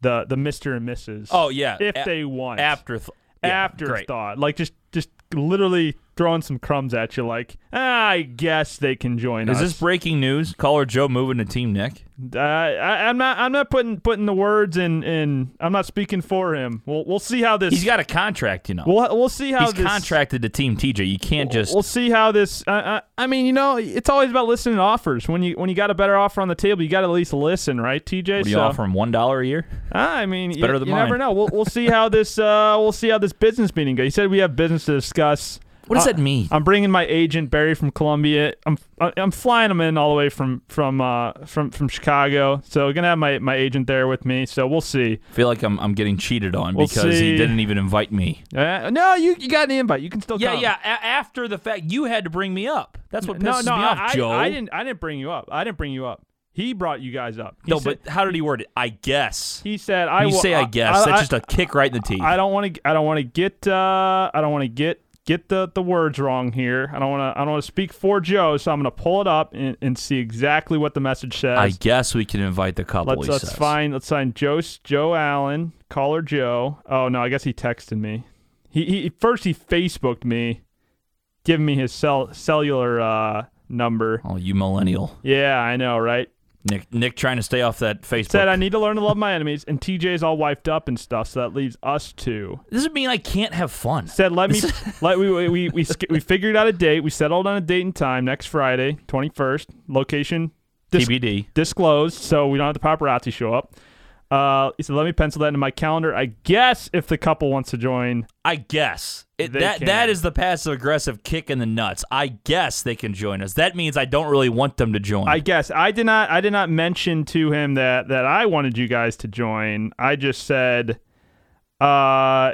the the Mister and Mrs. Oh yeah. if A- they want after afterthought. Like just just literally throwing some crumbs at you. Like "Ah, I guess they can join Is us. this breaking news? Caller Joe moving to Team Nick. Uh, I, I'm not. I'm not putting putting the words in. In I'm not speaking for him. We'll we'll see how this. He's got a contract, you know. we'll we'll see how He's this contracted to Team TJ. You can't just. We'll see how this. Uh, uh, I mean, you know, it's always about listening to offers. When you when you got a better offer on the table, you got to at least listen, right, TJ? what do you So, offer him one dollar a year? I mean, you, better than you mine. never know. We'll we'll see how this. Uh, we'll see how this business meeting goes. He said we have business to discuss. What does Uh, that mean? I'm bringing my agent Barry from Columbia. I'm I- I'm flying him in all the way from from uh from from Chicago. So gonna have my my agent there with me. So we'll see. I feel like I'm, I'm getting cheated on We'll because he see. didn't even invite me. Uh, no, you you got an invite. You can still Yeah, come. yeah. A- after the fact, you had to bring me up. That's what pisses No, no, me I, off, I- Joe. I, didn't I didn't bring you up. I didn't bring you up. He brought you guys up. He No, said- but how did he word it? I guess. he said I. you wa- say I guess. I, That's just a kick right in the teeth. I don't want to. I don't want to get. Uh, I don't want to get get the, the words wrong here. I don't want to. I don't want to speak for Joe. So I'm gonna pull it up and, and see exactly what the message says. I guess we can invite the couple. Let's he let's says. find let's find Joe Joe Allen, caller Joe. Oh no, I guess he texted me. He, he first he Facebooked me, giving me his cell cellular uh, number. Oh, you millennial, Yeah, I know, right? Nick. Nick trying to stay off that Facebook. Said I need to learn to love my enemies, and TJ's all wiped up and stuff, so that leaves us two. doesn't mean I can't have fun. Said let me let we we we we, sk- we figured out a date. We settled on a date and time next Friday, twenty first. Location dis- TBD. disclosed, so we don't have the paparazzi show up. Uh, he said, "Let me pencil that into my calendar. I guess if the couple wants to join, I guess it, They that can. that is the passive aggressive kick in the nuts. I guess they can join us. That means I don't really want them to join. I guess I did not. I did not mention to him that that I wanted you guys to join. I just said, uh,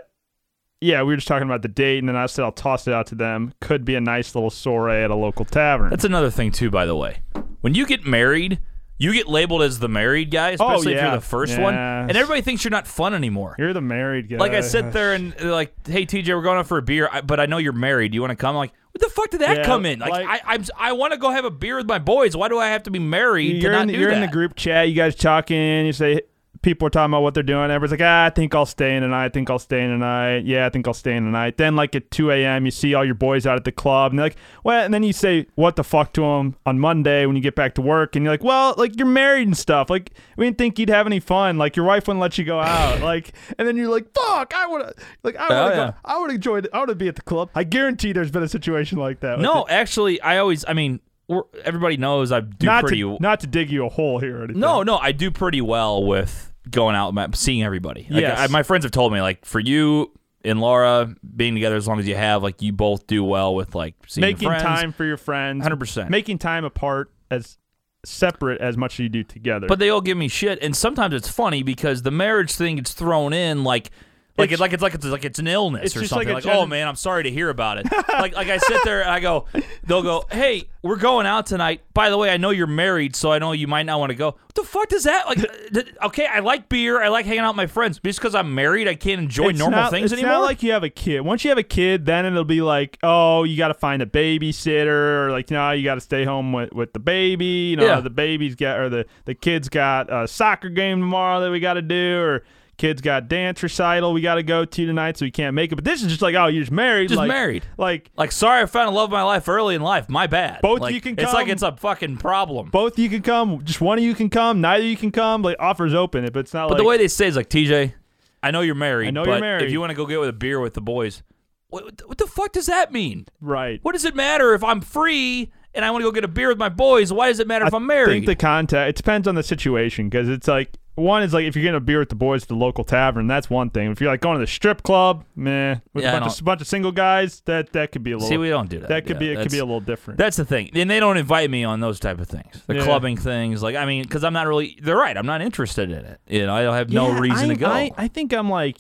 yeah, we were just talking about the date, and then I said I'll toss it out to them. Could be a nice little soiree at a local tavern. That's another thing too, by the way. When you get married, you get labeled as the married guy, especially if Oh, yeah. you're the first one, Yes. and everybody thinks you're not fun anymore. You're the married guy. like I sit there and they're like, hey TJ, we're going out for a beer, I, but I know you're married. Do you want to come? I'm like, what the fuck did that Yeah, come in? Like, like- I I'm, I want to go have a beer with my boys. Why do I have to be married You're, to not in the, do you're in the that? group chat. You guys talking. You say people are talking about what they're doing. Everybody's like, ah, I think I'll stay in tonight. I think I'll stay in tonight. Yeah, I think I'll stay in tonight. Then like at 2 a.m., you see all your boys out at the club, and they're like, well, and then you say what the fuck to them on Monday when you get back to work, and you're like, well, like you're married and stuff. Like we didn't think you'd have any fun. Like your wife wouldn't let you go out. (laughs) like, and then you're like, fuck, I would have, like I would have, yeah. I would have enjoyed, I would have been at the club. I guarantee there's been a situation like that. No, actually, I always, I mean, we're, everybody knows I do Not pretty. to, not to dig you a hole here or anything. No, no, I do pretty well with going out, and seeing everybody. Like, Yes. I, my friends have told me, like, for you and Laura being together as long as you have, like, you both do well with like seeing your making friends. time for your friends 100%. making time apart as separate as much as you do together But they all give me shit, and sometimes it's funny because the marriage thing gets thrown in like. Like It's- it, like it's like it's like it's an illness It's or just something. like Like, a oh gener- man, I'm sorry to hear about (laughs) it. like like I sit there and I go, they'll go, hey, we're going out tonight. By the way, I know you're married, so I know you might not want to go. What the fuck does that like? uh, th- okay, I like beer, I like hanging out with my friends. Just because I'm married, I can't enjoy it's normal not, things it's anymore. not like you have a kid once you have a kid then it'll be like oh you got to find a babysitter or like no you got to stay home with, with the baby you know Yeah. the baby's got or the the kid's got a soccer game tomorrow that we got to do or kids got dance recital we got to go to tonight so we can't make it but this is just like oh you're just married Just like- married. like like sorry, I found the love of my life early in life. My bad. Both Like, you can It's like come. it's a fucking problem. both of you can come just one of you can come neither of you can come like offers open but it's not But like the way they say is like, TJ, I know you're married. I know but you're married. If you want to go get with a beer with the boys, What, what the fuck does that mean? Right. What does it matter if I'm free and I want to go get a beer with my boys? Why does it matter if I'm I married? think the contact it depends on the situation because it's like one is like if you're getting a beer with the boys at the local tavern, that's one thing. If you're like going to the strip club, meh, with Yeah, I a bunch don't- of, bunch of single guys, that that could be a little. See, we don't do that. That could Yeah, be it. Could be that's- a little different. That's the thing. And they don't invite me on those type of things, the Yeah. clubbing things. Like, I mean, because I'm not really. They're right. I'm not interested in it. You know, I don't have Yeah, no reason I, to go. I, I think I'm like,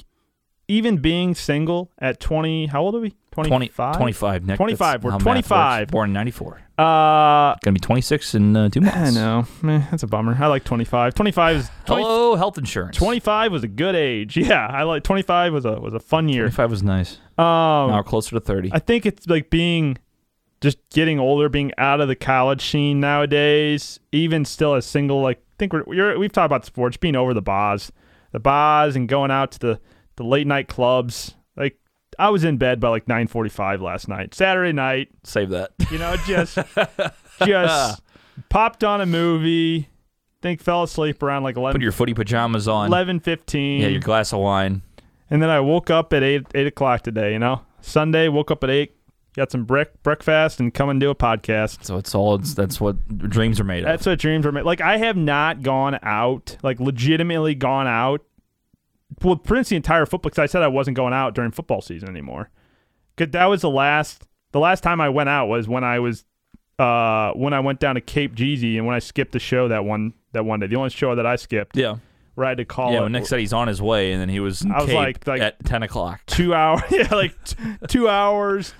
even being single at 20. How old are we? 20, 25? 25, Nick. That's 25. We're how math works. 25. Born in 94. Uh, Gonna be 26 in uh, two months. I know. Meh, that's a bummer. I like 25. 25 is 20, Hello, health insurance. 25 was a good age. (laughs) Yeah, I like 25 was a was a fun year. 25 was nice. Um, now we're closer to 30. I think it's like being just getting older, being out of the college scene nowadays, even still as single. Like, I think we're, we're we've talked about sports, being over the bars, the bars, and going out to the the late night clubs. Like, I was in bed by like nine forty five last night, Saturday night. Save that. (laughs) You know, just just popped on a movie. Think fell asleep around like Put 11, your footy pajamas on. 11 15. Yeah, your glass of wine. And then I woke up at eight eight o'clock today. You know, Sunday woke up at eight, got some brick breakfast, and come and do a podcast. So it's all. It's, that's what dreams are made of. That's what dreams are made. Like I have not gone out, like legitimately gone out. Well, pretty much the entire football. Because I said I wasn't going out during football season anymore. Cause that was the last. The last time I went out was when I was, uh, when I went down to Cape Jeezy and when I skipped the show that one that one day. The only show that I skipped yeah. where I had to call. Yeah. it- When Nick said he's on his way, and then he was. In I was Cape like- like- at 10 (laughs) o'clock. two hours. Yeah, like t- (laughs) two hours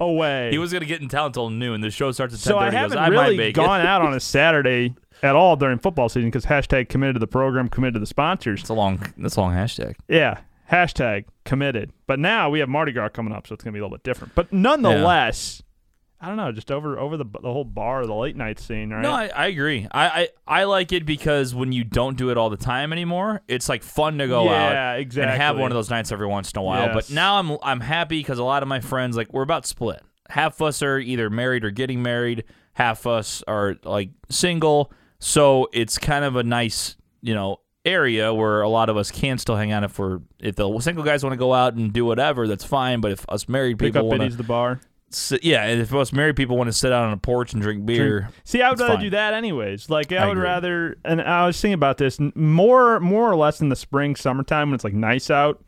away. He was gonna get in town until noon. The show starts at 10:30. So I He goes, haven't I might really make gone It. (laughs) out on a Saturday at all during football season because hashtag committed to the program, committed to the sponsors. It's a long. That's a long hashtag. Yeah, hashtag committed. But now we have Mardi Gras coming up, so it's gonna be a little bit different. But nonetheless, I don't know, just over over the the whole bar, the late night scene, right? No, I, I agree. I, I I like it because when you don't do it all the time anymore, it's like fun to go out Yeah, and have exactly. one of those nights every once in a while. Yes. But now I'm I'm happy because a lot of my friends like we're about split. Half us are either married or getting married. Half us are like single. So it's kind of a nice you know area where a lot of us can still hang out if we're if the single guys want to go out and do whatever that's fine. But if us married Pick people up want to biddies the bar. sit, yeah, and if us married people want to sit out on a porch and drink beer, See, I would It's rather fine. do that anyways. Like I, I would agree. rather, and I was thinking about this n- more, more or less in the spring, summertime when it's like nice out.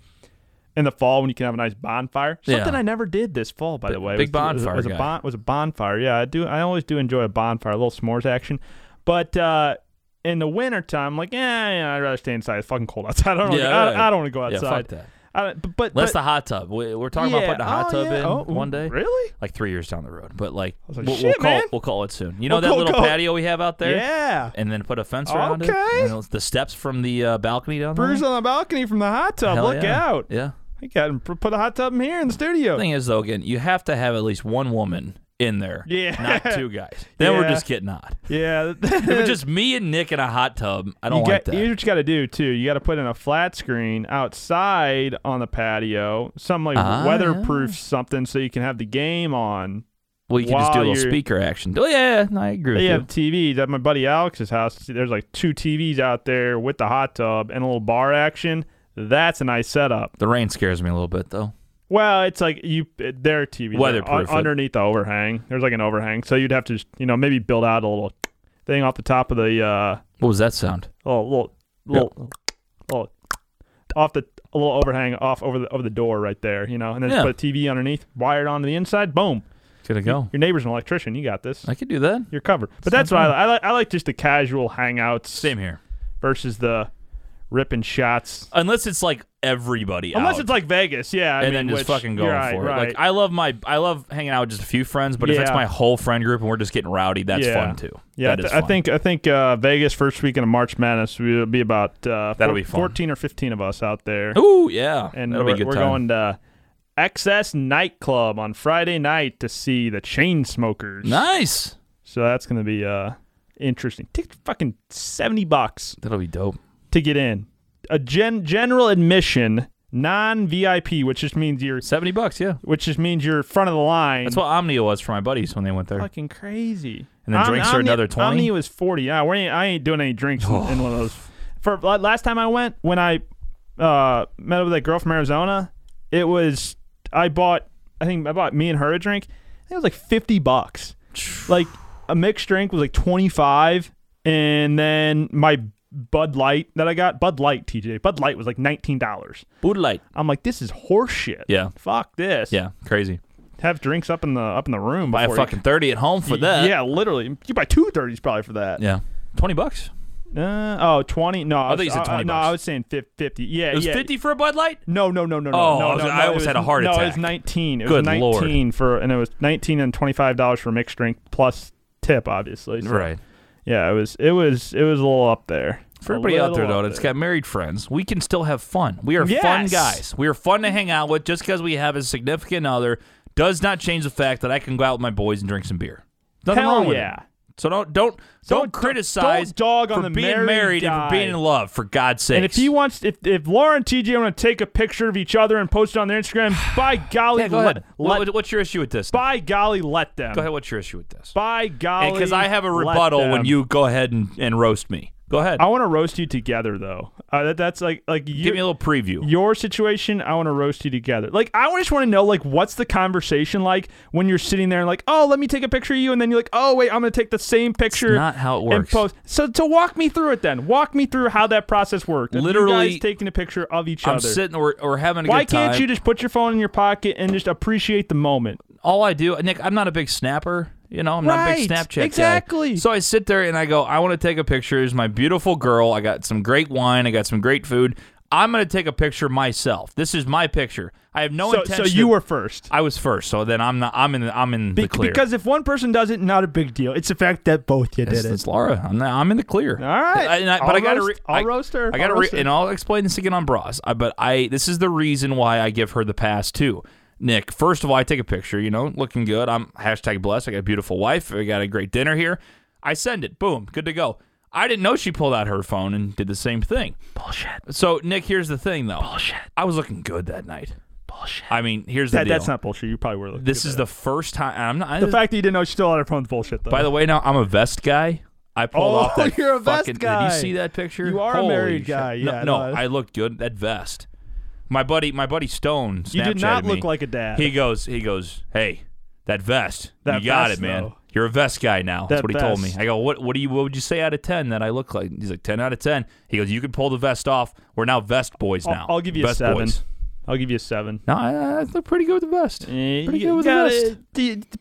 In the fall when you can have a nice bonfire. Yeah. Something I never did this fall, by the way. big was- was- bonfire was, a guy. bon- was a bonfire. Yeah, I do. I always do enjoy a bonfire, a little s'mores action. But uh, in the wintertime, I'm like, eh, yeah, I'd rather stay inside. It's fucking cold outside. (laughs) I don't. wanna Yeah, go- I, right. I don't want to go Yeah, outside. fuck that. I don't- but but, Less but the hot tub. We, we're talking yeah. about putting a hot Oh, tub yeah. in Oh, one day, Really? like three years down the road. But like, like, we'll, we'll "Shit, call man." we'll call it soon. You know We'll that call- little call- patio we have out there, Yeah. and then put a fence around Okay. it. And those- the steps from the uh, balcony down Brews there. on the balcony from the hot tub. Hell Look yeah. out. Yeah. I got put a hot tub in here in the studio. Thing is, though, again, you have to have at least one woman in there. Yeah. Not two guys. (laughs) Then we're Yeah. just getting hot. Yeah, (laughs) If it's just me and Nick in a hot tub, I (laughs) you don't like got, that. here's what you got to do too. You got to put in a flat screen outside on the patio, some like Ah, weatherproof something, so you can have the game on. well, you can just do a while little you're- speaker action. Oh yeah, no, I agree with They you. have TVs at my buddy Alex's house. see, There's like two TVs out there with the hot tub and a little bar action. That's a nice setup. The rain scares me a little bit, though. Well, it's like you their TV Weatherproof it. underneath the overhang. There's like an overhang, so you'd have to just, you know maybe build out a little thing off the top of the uh, What was that sound? little little little, little off the a little overhang off over the over the door right there, you know, and then just Yeah. put a TV underneath, wired onto the inside, boom. Gotta go. Your neighbor's an electrician, you got this. I could do that. You're covered. But that's why I, li- I like I like just the casual hangouts Same here. versus the ripping shots. Unless it's like everybody. Unless out, it's like Vegas, yeah. I and mean, then just which- fucking you're going right, for it. right. Like I love my I love hanging out with just a few friends, but if it's Yeah. my whole friend group and we're just getting rowdy, that's yeah. fun too. Yeah, I, That th- is I fun. think I think uh, Vegas first weekend of March Madness will be about uh, That'll four- be fun. fourteen or fifteen of us out there. Ooh yeah, and that'll we're, be a good we're time. going to Excess Nightclub on Friday night to see the Chain Smokers. nice. So that's going to be uh interesting. Take fucking seventy bucks That'll be dope. to get in. A gen general admission, non VIP, which just means you're Seventy bucks, yeah. which just means you're front of the line. That's what Omnia was for my buddies when they went there. fucking crazy. And then drinks are another 20? Omni was forty. Yeah, we ain't, I ain't doing any drinks in, in one (sighs) of those. For la- last time I went, when I uh, met up with that girl from Arizona, it was I bought I think I bought me and her a drink. I think it was like (sighs) fifty bucks. like a mixed drink was like twenty five, and then my Bud Light that I got, Bud Light TJ, Bud Light was like nineteen dollars. Bud Light. I'm like, this is horseshit. Yeah. Fuck this. Yeah, crazy. Have drinks up in the up in the room. Buy a before you- fucking thirty at home for that. Yeah, literally. You buy two thirties probably for that. yeah, twenty bucks. Uh, oh, 20? No, I, was, thought you said uh, 20 no, bucks. I was saying fif- 50. Yeah, It was yeah. fifty for a Bud Light. No, no, no, no, no. Oh, no, I was- no, I no, it almost had a heart No, it attack. was 19. It Good was lord. 19 for, and it was 19 and 25 dollars for mixed drink plus tip, obviously. So, Right. Yeah, it was, it was, it was a little up there. For A everybody out there little though up that's got married friends, we can still have fun. We are fun Yes. guys. We are fun to hang out with. Just because we have a significant other does not change the fact that I can go out with my boys and drink some beer. Nothing Hell wrong with yeah. it. So don't don't don't, Don't- criticize don't dog on for the being married and for guy. being in love. For God's sake. And if he wants, if if Laura and TJ want to take a picture of each other and post it on their (sighs) Instagram, by golly, yeah, go let, ahead. What- let- what's your issue with this? by golly, let them. go ahead. What's your issue with this? By golly, Because I have a let rebuttal when them. you go ahead and, and roast me. Go ahead. I want to roast you together, though. Uh, that, that's like like you, Give me a little preview. your situation. I want to roast you together. Like I just want to know like what's the conversation like when you're sitting there and like oh let me take a picture of you and then you're like oh wait I'm gonna take the same picture. not how it and works. post. So to walk me through it then. Walk me through how that process worked. Of you Literally, guys taking a picture of each I'm other. sitting or, or having a Why good time. can't you just put your phone in your pocket and just appreciate the moment? all I do, Nick, I'm not a big snapper. You know, I'm not a big Right, Snapchat guy. exactly. So I sit there and I go, I want to take a picture. Here's my beautiful girl. I got some great wine. I got some great food. I'm going to take a picture myself. This is my picture. I have no So, so intention. you of- were first. I was first, so then I'm not. I'm in. the- I'm in the Be- clear. Because if one person does it, not a big deal. It's the fact that both you it's, did it. it's Laura. I'm, not, I'm in the clear. All right. I- and I- but I'll I gotta. roast- re- I'll I- roast her. I gotta. I'll re- roast her. And I'll explain this again on Bras. I, but I. This is the reason why I give her the pass too. Nick, first of all, I take a picture. You know, looking good. I'm hashtag blessed. I got a beautiful wife. I got a great dinner here. I send it. Boom. Good to go. I didn't know she pulled out her phone and did the same thing. Bullshit. So Nick, here's the thing though. Bullshit. I was looking good that night. Bullshit. I mean, here's the That- deal. that's not bullshit. You probably were. looking This good is at it. the first time. I'm not. the fact that you didn't know she still had her phone is bullshit though. By the way, now I'm a vest guy. I pulled Oh, off that (laughs) you're a vest fucking. guy. Did you see that picture? You are a Holy married shit. guy, No- yeah, No, no. I looked good. That vest. My buddy, my buddy Stone. You did Snapchatted not me. look like a dad. He goes, he goes, hey, that vest. That you got vest, it, man. though. You're a vest guy now. That's That what he told me. vest. I go, what? What do you? What would you say out of ten that I look like? He's like ten out of ten. He goes, you can pull the vest off. We're now vest boys now. I'll, I'll give you Vest a seven. boys." I'll give you a seven. No, I, I look pretty good with the vest. pretty good with the vest.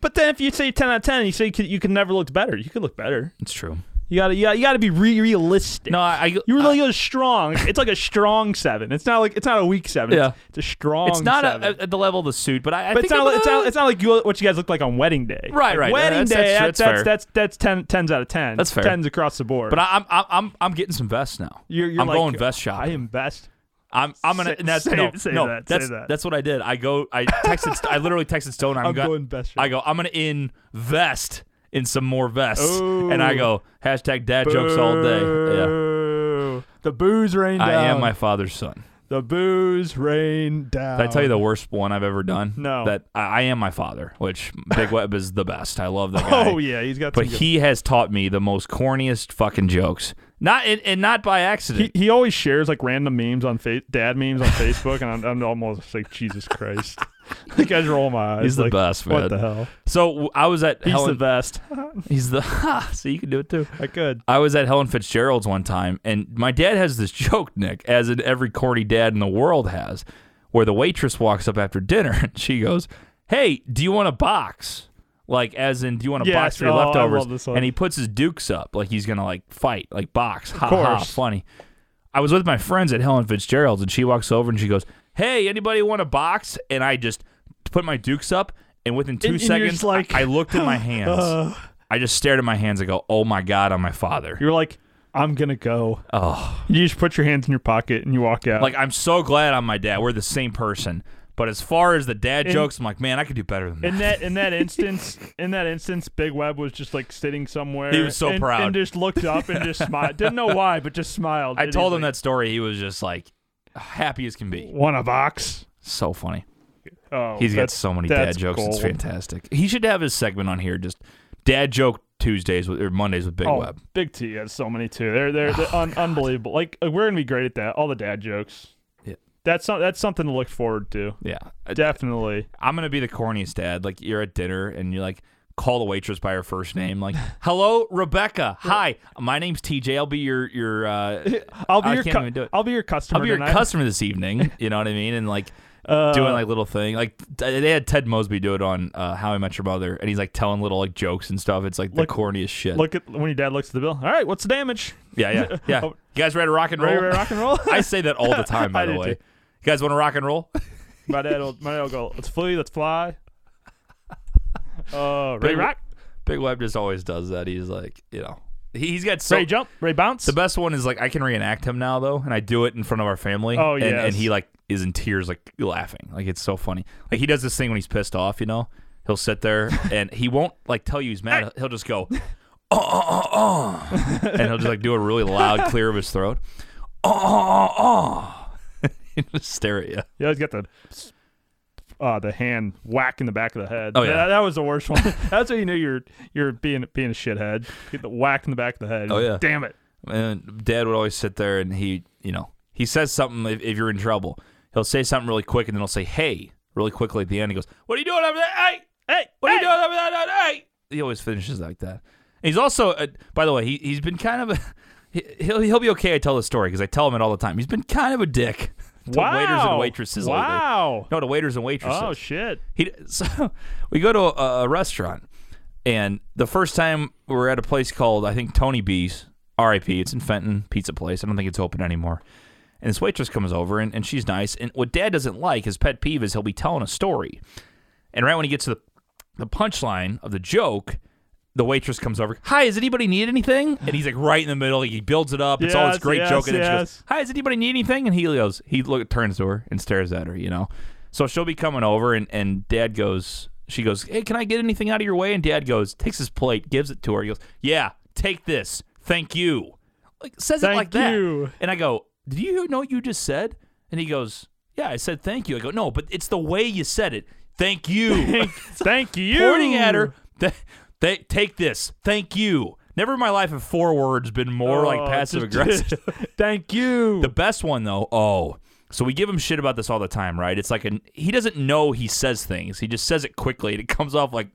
But then if you say ten out of ten, you say you could, you could never look better. You could look better. It's true. You gotta you gotta, you gotta be re- realistic. No, Uh, I. I you were I- like a strong. It's like a strong seven. It's not like it's not a weak seven. It's, Yeah. it's a strong. It's not seven. a, at the level of the suit, but I, I but think it's not, I'm like, it's, gonna- not, it's not like you, what you guys look like on wedding day. Right, Like, right. Wedding That's- day, that's- that's, that's that's, that's, that's, 10, 10s out of 10. That's fair. 10s across the board. But I, I'm I'm I'm I'm getting some vests now. You're, you're I'm like, going vest I shopping. am best. I am, I'm gonna. Say- and that's say- no, say no. that, say that's that. that's what I did. I go. I texted. St- I literally texted Stone. I'm, I'm go- going vest I go. I'm gonna invest in some more vests. And I Ooh. go hashtag dad jokes all day. Yeah. Boo. The booze rain down. I am my father's son. The booze rain down. Did I tell you the worst one I've ever done? No. That I, I am my father, which Big Web is the best. I love that guy. (laughs) Oh, yeah. He's got But some good- he has taught me the most corniest fucking jokes. Not and, and not by accident. He, he always shares like random memes on fa- dad memes on Facebook, and I'm, I'm almost like Jesus Christ. (laughs) like I just roll my eyes. He's the like, best, man. What the hell? So w- I was at He's the Helen. best. he's the. (laughs) Ha, so you can do it too. I could. I was at Helen Fitzgerald's one time, and my dad has this (laughs) joke, Nick, as in every corny dad in the world has, where the waitress walks up after dinner (laughs) and she goes, "Hey, do you want a box?" Like, as in, do you want a Yes, box for your oh, I love leftovers? this one. And he puts his dukes up, like he's gonna like fight, like box. Ha ha, course. funny. I was with my friends at Helen Fitzgerald's, and she walks over and she goes, "Hey, anybody want a box?" And I just put my dukes up, and within two And- and you're seconds, just like, Uh, I, I looked (laughs) at my hands. I just stared at my hands. I go, "Oh my god, I'm my father." You're like, I'm gonna go. Oh, You just put your hands in your pocket and you walk out. like I'm so glad I'm my dad. We're the same person. But as far as the dad And- jokes, I'm like, man, I could do better than in that. that in that instance, in that instance, Big Web was just like sitting somewhere. He was so and, proud. and just looked up and just smiled. Didn't know why, but just smiled. I told him that story. He was just like happy as can be. one a box. So funny. Oh, He's got that's- so many that's dad jokes. It's gold. fantastic. He should have his segment on here, just dad joke Tuesdays with, or Mondays with Big Oh, Web. Big (sighs) T has so many too. They're they're, they're un- unbelievable. Like uh, we're gonna be great at that. All the dad jokes. Yeah. uh, That's some, that's something to look forward to. Yeah. Definitely. I'm gonna be the corniest dad. Like you're at dinner and you like call the waitress by her first name. Like, hello, (laughs) Rebecca. Hi, my name's TJ. I'll be your your. Uh, I'll be I your can't cu- even do it. I'll be your customer. I'll be your tonight. customer this (laughs) evening. You know what I mean? And like. Uh, doing like little thing, like t- they had Ted Mosby do it on uh, How I Met Your Mother, and he's like telling little like jokes and stuff. It's like the Look- corniest shit. Look at when your dad looks at the bill. All right, what's the damage? yeah, (laughs) yeah, yeah. You Oh. guys ready to rock and roll? Ready to rock and roll? (laughs) I say that all the time, by I the do way. too. You guys want to rock and roll? (laughs) (laughs) my dad will my dad will go. Let's flee. Let's fly. Uh, ready Big- to rock. Big Web just always does that. He's like, you know, he- he's got so Ready to jump. Ready to bounce. Oh. The best one is like I can reenact him now though, and I do it in front of our family. Oh, and, yes. and he like is in tears, like laughing, like it's so funny. Like he does this thing when he's pissed off, you know. He'll sit (laughs) there and he won't like tell you he's mad. He'll just go, oh, oh, oh, oh," and he'll just like do a really loud clear of his throat, oh, oh, oh, (laughs) oh. And just stare at you. You always got the uh, the hand whack in the back of the head. Oh, yeah. that, that was the (laughs) worst one. That's how you knew you're you're being being a shithead. Get the whack in the back of the head. Oh, yeah. damn it. And Dad would always sit there and he, you know, he says something if, if you're in trouble. He'll say something really quick and then he'll say, hey, really quickly at the end. He goes, what are you doing over there? Hey, hey, what are you doing over there? Hey. He always finishes like that. And he's also, uh, by the way, he, he's been kind of a, (laughs) he, he'll, he'll be okay I tell the story because I tell him it all the time. He's been kind of a dick (laughs) to wow. waiters and waitresses lately. (laughs) Wow. No, to waiters and waitresses. (laughs) Oh shit. He so we go to a, a restaurant, and the first time we were at a place called I think Tony B's, R.I.P. It's in Fenton, pizza place. I don't think it's open anymore. And this waitress comes over, and, and she's nice. And what Dad doesn't like, his pet peeve, is he'll be telling a story, and right when he gets to the the punchline of the joke. The waitress comes over. Hi, does anybody need anything? And he's like right in the middle. He builds it up. It's all this Yes, great yes, joke, and then she goes, yes. hi, does anybody need anything? And he goes, he look, turns to her and stares at her, you know. So she'll be coming over, and, and dad goes, she goes, hey, can I get anything out of your way? And dad goes, takes his plate, gives it to her. He goes, yeah, take this. Thank you. Like, says it Thank like that. you. And I go, did you know what you just said? And he goes, yeah, I said thank you. I go, no, but it's the way you said it. Thank you. (laughs) Thank you. (laughs) Pointing at her, th- they, take this. Thank you. Never in my life have four words been more like Oh, passive just- aggressive. (laughs) Thank you. The best one though, oh, so we give him shit about this all the time, right? It's like an he doesn't know he says things. He just says it quickly, and it (laughs) comes off like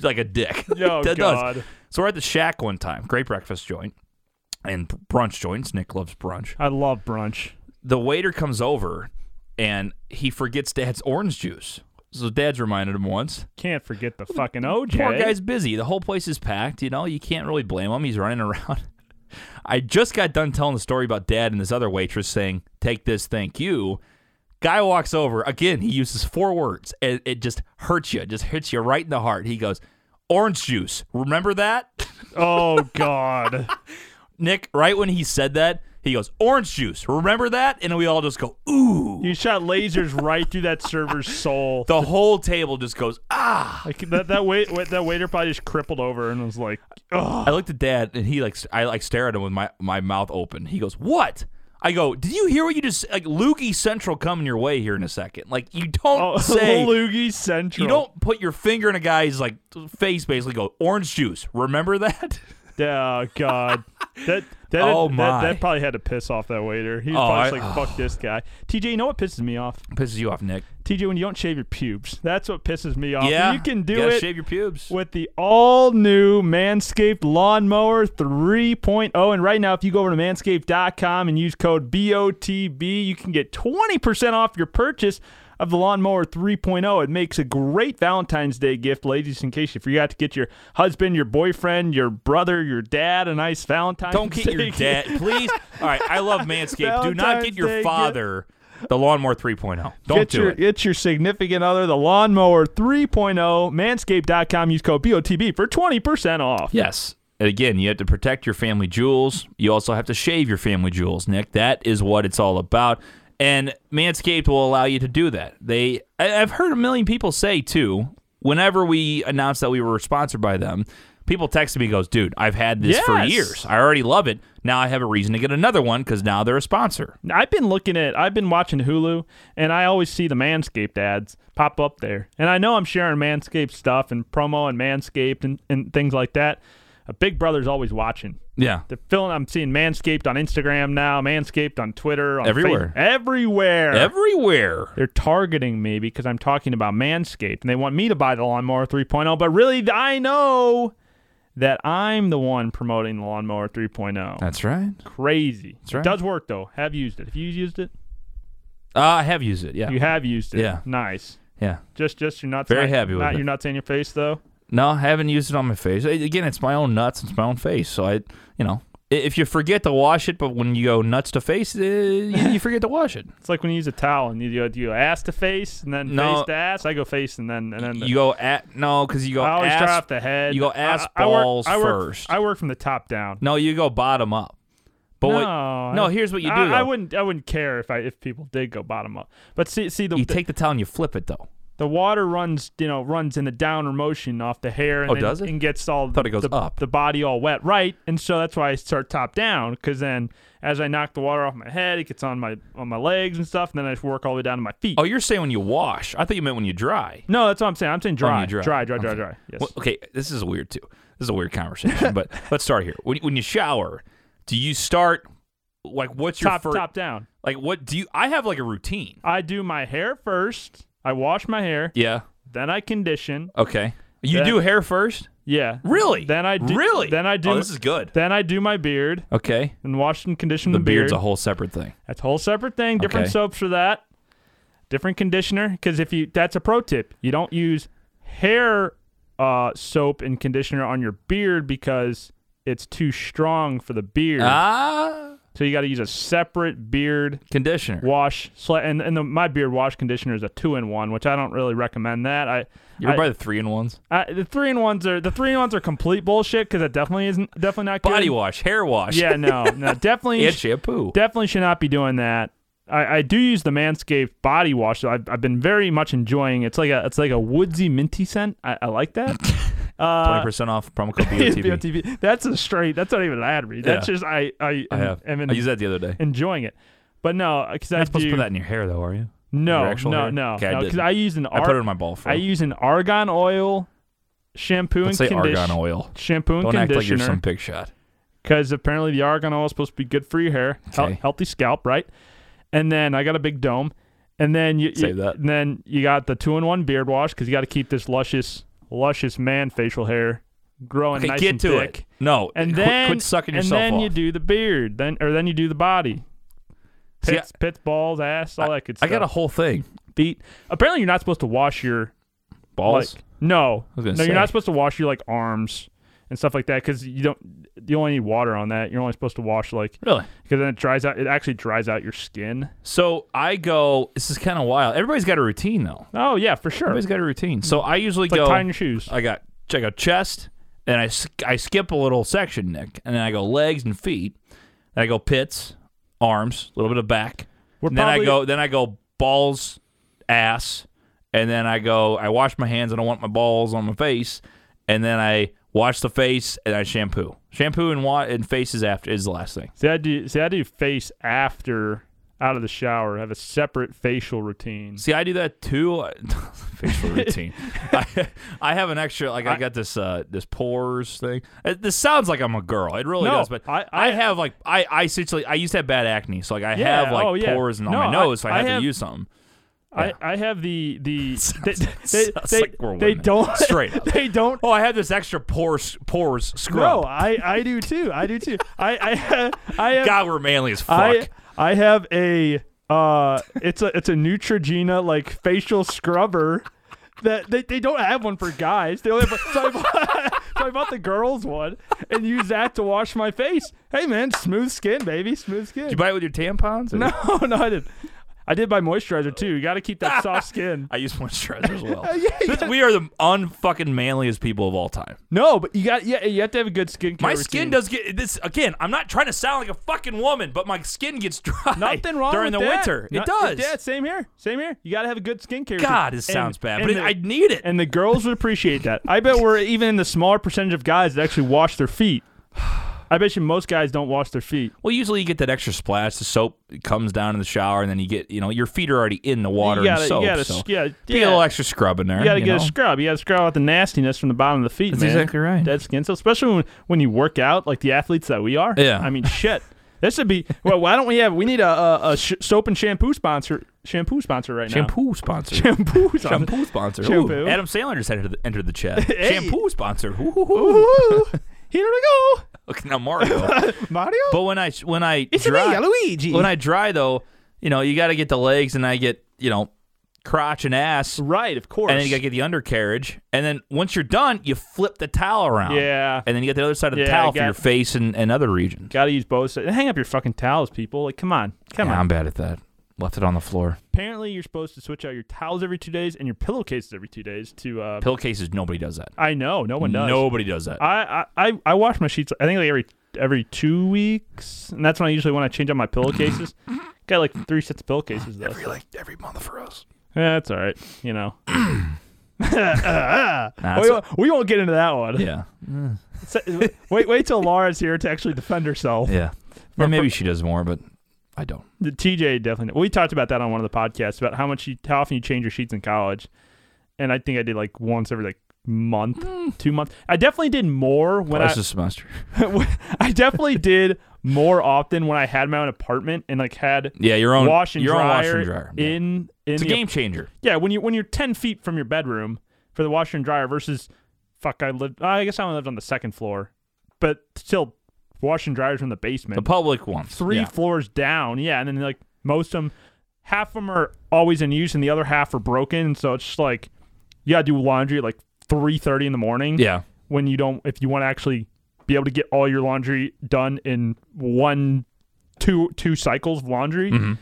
like a dick. Oh, (laughs) It God. So we're at the shack one time, great breakfast joint and brunch joints. Nick loves brunch. I love brunch. The waiter comes over, and he forgets Dad's orange juice. So Dad's reminded him once. Can't forget the fucking OJ. Poor guy's busy. The whole place is packed. You know, you can't really blame him. He's running (laughs) around. I just got done telling the story about dad and this other waitress saying, Take this, thank you. Guy walks over. Again, he uses four words. and it just hurts you, It just hits you right in the heart. He goes, Orange juice. Remember that? (laughs) Oh god. Nick, right when he said that, he goes, Orange juice. Remember that? And we all just go, Ooh. you shot lasers right through that server's soul. The whole table just goes, Ah. like that that wait, wait that waiter probably just crippled over and was like, "Ugh." I looked at dad and he like st- I like stare at him with my my mouth open. He goes, "What?" I go, "Did you hear what you just like Lukey Central coming your way here in a second? Like you don't Oh, (laughs) say Loogie Central. you don't put your finger in a guy's like face basically go, "Orange juice." Remember that? (laughs) Oh God, that that, Oh, that, my. that probably had to piss off that waiter. He was Oh, probably I- just like, "Fuck this guy." TJ, you know what pisses me off? (laughs) Pisses you off, Nick. TJ, when you don't shave your pubes, that's what pisses me off. yeah. Oh, you can do gotta it Shave your pubes. with the all new Manscaped Lawnmower 3.0. And right now, if you go over to manscaped.com and use code BOTB, you can get 20% off your purchase of the Lawnmower 3.0. It makes a great Valentine's Day gift, ladies, in case you forgot to get your husband, your boyfriend, your brother, your dad a nice Valentine's Don't get your Day dad, gift. (laughs) please. All right, I love Manscaped. do not get Valentine's your Day, get- father the lawnmower 3.0. Don't Get do your, it. get your significant other the lawnmower 3.0 manscaped.com use code BOTB for 20% off. Yes. And again, you have to protect your family jewels. You also have to shave your family jewels, Nick. That is what it's all about. And Manscaped will allow you to do that. They I- I've heard a million people say too, whenever we announced that we were sponsored by them, people texted me and goes, "Dude, I've had this for Yes. years. I already love it. Now I have a reason to get another one cuz now they're a sponsor." I've been looking at I've been watching Hulu and I always see the Manscaped ads pop up there. And I know I'm sharing Manscaped stuff and promo and Manscaped and, and things like that. a Big Brother's always watching. Yeah. They're filling. I'm seeing Manscaped on Instagram now, Manscaped on Twitter, on Everywhere. Face- everywhere. Everywhere. They're targeting me because I'm talking about Manscaped and they want me to buy the Lawnmower 3.0. But really, I know that I'm the one promoting the Lawnmower 3.0. That's right. Crazy. right. It does work though. Have used it. If you used it, Uh, I have used it. Yeah. you have used it. Yeah. Nice. yeah. Just, just you're not Very not- happy with not, it. You're not saying your face though. No, I haven't used it on my face. A- Again, it's my own nuts. It's my own face. So I, you know, i- if you forget to wash it, but when you go nuts to face, uh, you, you forget to wash (laughs) it. It's like when you use a towel and you go, do you go ass to face and then No. face to ass. I go face and then and then the, You go at no, because you go I always ass. try off the head. You go ass I, I work- balls I work, first. I work from the top down. no, you go bottom up. But what- I- no, here's what you do. I, I though. wouldn't. I wouldn't care if I if people did go bottom up. But see, see the You the, take the towel and you flip it though. the water runs, you know, runs in the downward motion off the hair. And Oh, then- does it? And gets all Thought the, it goes the, up. the body all wet, right? And so that's why I start top down because then as I knock the water off my head, it gets on my on my legs and stuff, and then I just work all the way down to my feet. Oh, you're saying when you wash? I thought you meant when you dry. no, that's what I'm saying. I'm saying When dry, Oh, you dry. dry, dry, dry, Okay. dry. Yes. Well, okay, this is weird too. This is a weird conversation, (laughs) but let's start here. When, when you shower, do you start like what's your top fir- top down. Like what do you? I have like a routine. I do my hair first. I wash my hair, Yeah. then I condition. Okay. You That- do hair first? Yeah. Really? Then I do. Really? Then I do. Oh, this is good. Then I do my beard Okay. and wash and condition The the, beard. beard's a whole separate thing. That's a whole separate thing. Different Okay. soaps for that. Different conditioner. Because if you, that's a pro tip. You don't use hair uh, soap and conditioner on your beard because it's too strong for the beard. Ah, So you got to use a separate beard conditioner. wash. Sla- and and the, my beard wash conditioner is a two in one, which I don't really recommend that. I You're I- by the three in ones. I, the three in ones are the three in ones are complete bullshit because it definitely isn't definitely not good. Body wash, hair wash, Yeah, no, no, (laughs) definitely and shampoo. definitely should not be doing that. I, I do use the Manscaped body wash. So I've, I've been very much enjoying. It's like a it's like a woodsy minty scent. I, I (laughs) like that. Uh, Twenty (laughs) percent off promo code BOTB. BOTB. That's a straight. That's not even an ad read. That's Yeah. just I I, I have. am I used that the other day. enjoying it. But no, because I Not supposed do, to put that in your hair though, are you? no your actual no hair? no Okay, I because didn't. I use an I put it ar- in my ball for. I use an argon oil shampoo Let's say and conditioner. argon oil. Shampoo and Don't act conditioner. like you're some big shot. because apparently the argan oil is supposed to be good for your hair, hel- Okay. healthy scalp, right? And then I got a big dome, and then you, you- Save that. and then you got the two-in-one beard wash because you got to keep this luscious, luscious man facial hair growing Okay, nice get and to thick. it. No, And quit, then quit sucking and yourself then off. you do the beard, then or then you do the body, See, pits, pits, balls, ass, all that good I stuff. got a whole thing. beat. Apparently, you're not supposed to wash your Balls. like no, was no, gonna you're say. not supposed to wash your like arms and stuff like that because you don't. You only need water on that. You're only supposed to wash like really? because then it dries out. It actually dries out your skin. So I go. This is kind of wild. Everybody's got a routine though. Oh yeah, for sure. Everybody's got a routine. So I usually like go. tying your shoes. I got check out chest, and I sk- I skip a little section, Nick, and then I go legs and feet, and I go pits, arms, a little bit of back. We're and then I probably- go then I go balls, ass, and then I go I wash my hands. I don't want my balls on my face, and then I wash the face and I shampoo. Shampoo and wa- and face is after is the last thing. See, I do. See, I do face after out of the shower. I have a separate facial routine. See, I do that too. (laughs) (laughs) Facial routine. I, I have an extra. Like I, got this uh this pores thing. It, this sounds like I'm a girl. It really No, does. But I- I, I- have like I I essentially I used to have bad acne, so like I Yeah, have like oh, yeah. pores and on No, my I- nose, so I, I have, have- to use something. yeah. I, I have the (laughs) the (laughs) they sounds they, they, like we're they women. don't Straight up. (laughs) (laughs) they don't. Oh, I have this extra pores pores No, scrub. I I do too. I do too. I I (laughs) have, I have God, we're manly as fuck. I I have a uh it's a it's a Neutrogena like facial scrubber that they, they don't have one for guys. They only have so, I bought, (laughs) so I bought the girls one and used that to wash my face. Hey man, smooth skin, baby, smooth skin. Did you buy it with your tampons? or- (laughs) no, no, I didn't. I did buy moisturizer too. You got to keep (laughs) that soft skin. I use moisturizer as (laughs) well. This- we are the unfucking manliest people of all time. No, but you got yeah, you have to have a good skin. My skin does get this again. I'm not trying to sound like a fucking woman, but my skin gets (laughs) dry. Nothing wrong during with the that. winter. No- it does. Yeah, same here. Same here. You got to have a good skincare. God, routine. this And- sounds bad, and but it, the- I need it. and the girls would appreciate that. I bet we're even in the smaller percentage of guys that actually wash their feet. I bet you most guys don't wash their feet. Well, usually you get that extra splash. The soap comes down in the shower, and then you get, you know, your feet are already in the water You gotta, and soap. you gotta, so yeah, you get a yeah. little extra scrub in there. You gotta know? get a scrub. You gotta scrub out the nastiness from the bottom of the feet. That's man. exactly right. Dead skin. So especially when, when you work out, like the athletes that we are. Yeah. I mean, shit. This would be. Well, why don't we have? We need a, a, a sh- soap and shampoo sponsor. Shampoo sponsor right (laughs) Shampoo sponsor. now. (laughs) Shampoo. Shampoo sponsor. Ooh, Shampoo. Adam Sandler just entered the, entered the chat. (laughs) Hey. Shampoo sponsor. Ooh, ooh, ooh. Ooh, here we go, Look now, (laughs) Mario. Mario. but when I when I It's dry, me, Luigi. when I dry though, you know, you got to get the legs, and I get you know, crotch and ass, and right, of course. then you got to get the undercarriage, and then once you're done, you flip the towel around. Yeah. And then you get the other side of the Yeah, towel for got- your face and, and other regions. Gotta use both. sides. Hang up your fucking towels, people. Like, come on, come Yeah, on. I'm bad at that. Left it on the floor. Apparently, you're supposed to switch out your towels every two days and your pillowcases every two days. To uh, Pillowcases, nobody does that. I know, no one does. Nobody does that. I, I I- I wash my sheets. I think like every every two weeks, and that's when I usually want to change out my pillowcases. Got like three sets of pillowcases though. like every month for us. Yeah, that's all right. You know. Nah, We, it's- won't- we won't get into that one. yeah. So- wait, wait till Laura's here to actually defend herself. Yeah. Or maybe she does more, but I don't. The TJ definitely. We talked about that on one of the podcasts about how much you, how often you change your sheets in college, and I think I did like once every like month, two months. I definitely did more when I Twice a semester. I (laughs) definitely did more often when I had my own apartment and like had Yeah, your own wash and your dryer, own wash and dryer. Yeah. in in it's a the- game changer. Yeah, when you when you're ten feet from your bedroom for the washer and dryer versus fuck, I lived. I guess I only lived on the second floor, but still, washer and dryers from the basement, The public wants three Yeah. floors down. Yeah, and then like most of them, half of them are always in use, and the other half are broken. So it's just like you gotta do laundry at like three thirty in the morning yeah. when you don't if you want to actually be able to get all your laundry done in one two two cycles of laundry Mm-hmm.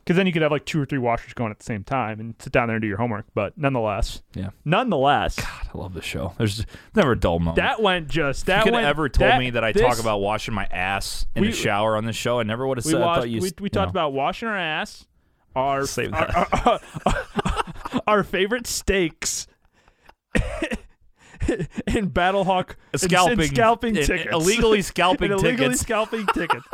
because then you could have like two or three washers going at the same time and sit down there and do your homework but nonetheless Yeah. nonetheless God, I love this show. There's never a dull moment. that went just that you could went have ever told that- me that I this- talk about washing my ass in We- the shower on this show. I never would have we, said. I washed, thought you, we, we talked about uh, washing our ass our Save our, (laughs) our, our favorite steaks (laughs) in Battlehawk and- and scalping, scalping and- and tickets (laughs) illegally scalping and illegally tickets. (laughs) scalping tickets.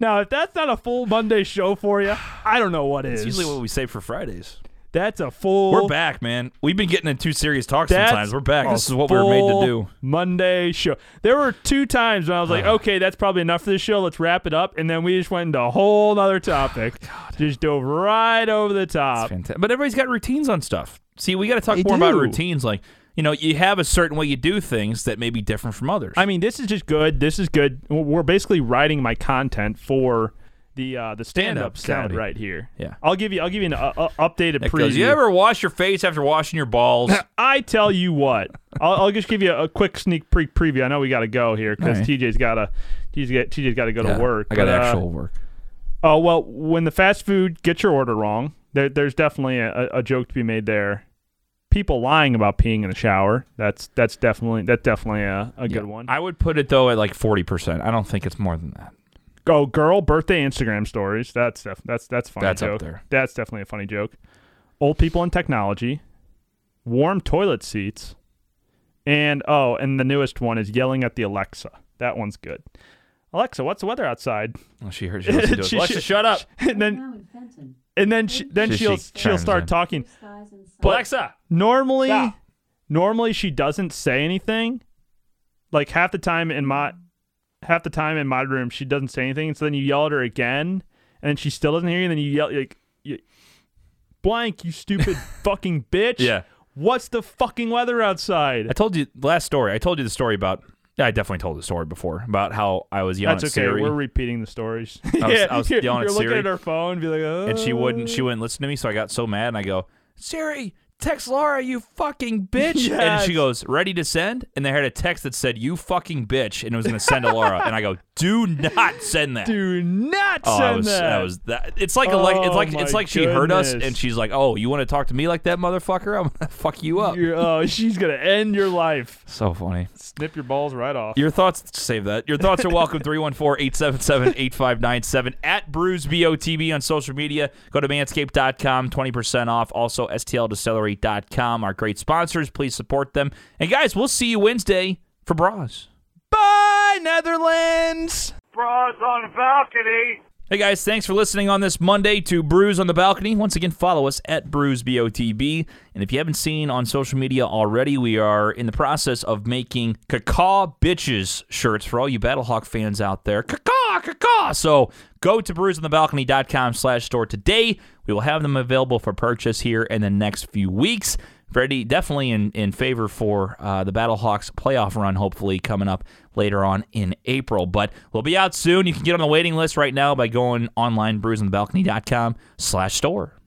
Now, if that's not a full Monday show for you, I don't know what is. It's usually what we say for Fridays. that's a full. We're back, man. We've been getting in two serious talks That's sometimes. We're back. a This is what we were made full to do. Monday show. There were two times when I (sighs) was like, okay, that's probably enough for this show. Let's wrap it up. And then we just went into a whole other topic. Just dove right over the top. Fantastic. But everybody's got routines on stuff. See, we got to talk more about do. routines. Like, you know, you have a certain way you do things that may be different from others. I mean, this is just good. This is good. We're basically writing my content for the uh, the stand Stand-up up sound comedy. right here. Yeah. I'll give you I'll give you an uh, uh, updated preview. Because you ever wash your face after washing your (laughs) balls? I tell you what, I'll, I'll just give you a, quick sneak pre- preview. I know we got to go here because Alright. TJ's got to TJ's got TJ's got to go to work. I got but, uh, actual work. Oh well, when the fast food gets your order wrong, there, there's definitely a, a joke to be made there. People lying about peeing in the shower. That's that's definitely that's definitely a, a good one. I would put it though at like forty percent. I don't think it's more than that. Oh, girl birthday Instagram stories. That's def- that's that's a funny. That's up joke. there. That's definitely a funny joke. Old people and technology, warm toilet seats, and oh, and the newest one is yelling at the Alexa. That one's good. Alexa, what's the weather outside? (laughs) Well, she heard she (laughs) listened to it. She- Alexa, she- shut up, And then Now in Fenton, and then she, then She- she she'll she'll chimes start in. talking. skies and sun. Alexa. Normally, Stop. normally she doesn't say anything. Like half the time in my half the time in my room, she doesn't say anything. So then you yell at her again, and then she still doesn't hear you. And then you yell like, you, "Blank, you (laughs) stupid fucking bitch! Yeah. what's the fucking weather outside?" I told you last story. I told you the story about. Yeah, I definitely told the story before about how I was yelling That's at okay. Siri We're repeating the stories. (laughs) I was- I was you're, yelling at you're looking Siri. at her phone, be like, oh. and she wouldn't. She wouldn't listen to me, so I got so mad and I go, Siri, text Laura, you fucking bitch. And Yes. she goes, ready to send. And they had a text that said, you fucking bitch, and it was gonna send to Laura. and I go, do not send that. Do not Oh, send I was, that. I was that. It's like a like Oh, it's like my it's like she heard us goodness. and she's like, "Oh, you want to talk to me like that, motherfucker? I'm gonna (laughs) fuck you up." You're- oh, she's gonna end your life. so funny. Snip your balls right off. Your thoughts save that. Your thoughts are welcome (laughs) 314-877-8597 at Brews BOTB on social media. Go to manscaped.com 20% off. Also stldistillery.com. Our great sponsors, please support them. And guys, we'll see you Wednesday for bras. Goodbye, Netherlands. Bras on balcony. Hey guys, thanks for listening on this Monday to Brews on the Balcony. Once again, follow us at Brews BOTB. And if you haven't seen on social media already, we are in the process of making Cacaw Bitches shirts for all you Battlehawk fans out there. Cacaw, Cacaw! So go to brewsonthebalcony.com slash store today. We will have them available for purchase here in the next few weeks. Freddie, definitely in, in favor for uh, the Battlehawks playoff run, hopefully coming up later on in April. But we'll be out soon. You can get on the waiting list right now by going online, bruisingthebalcony.com slash store.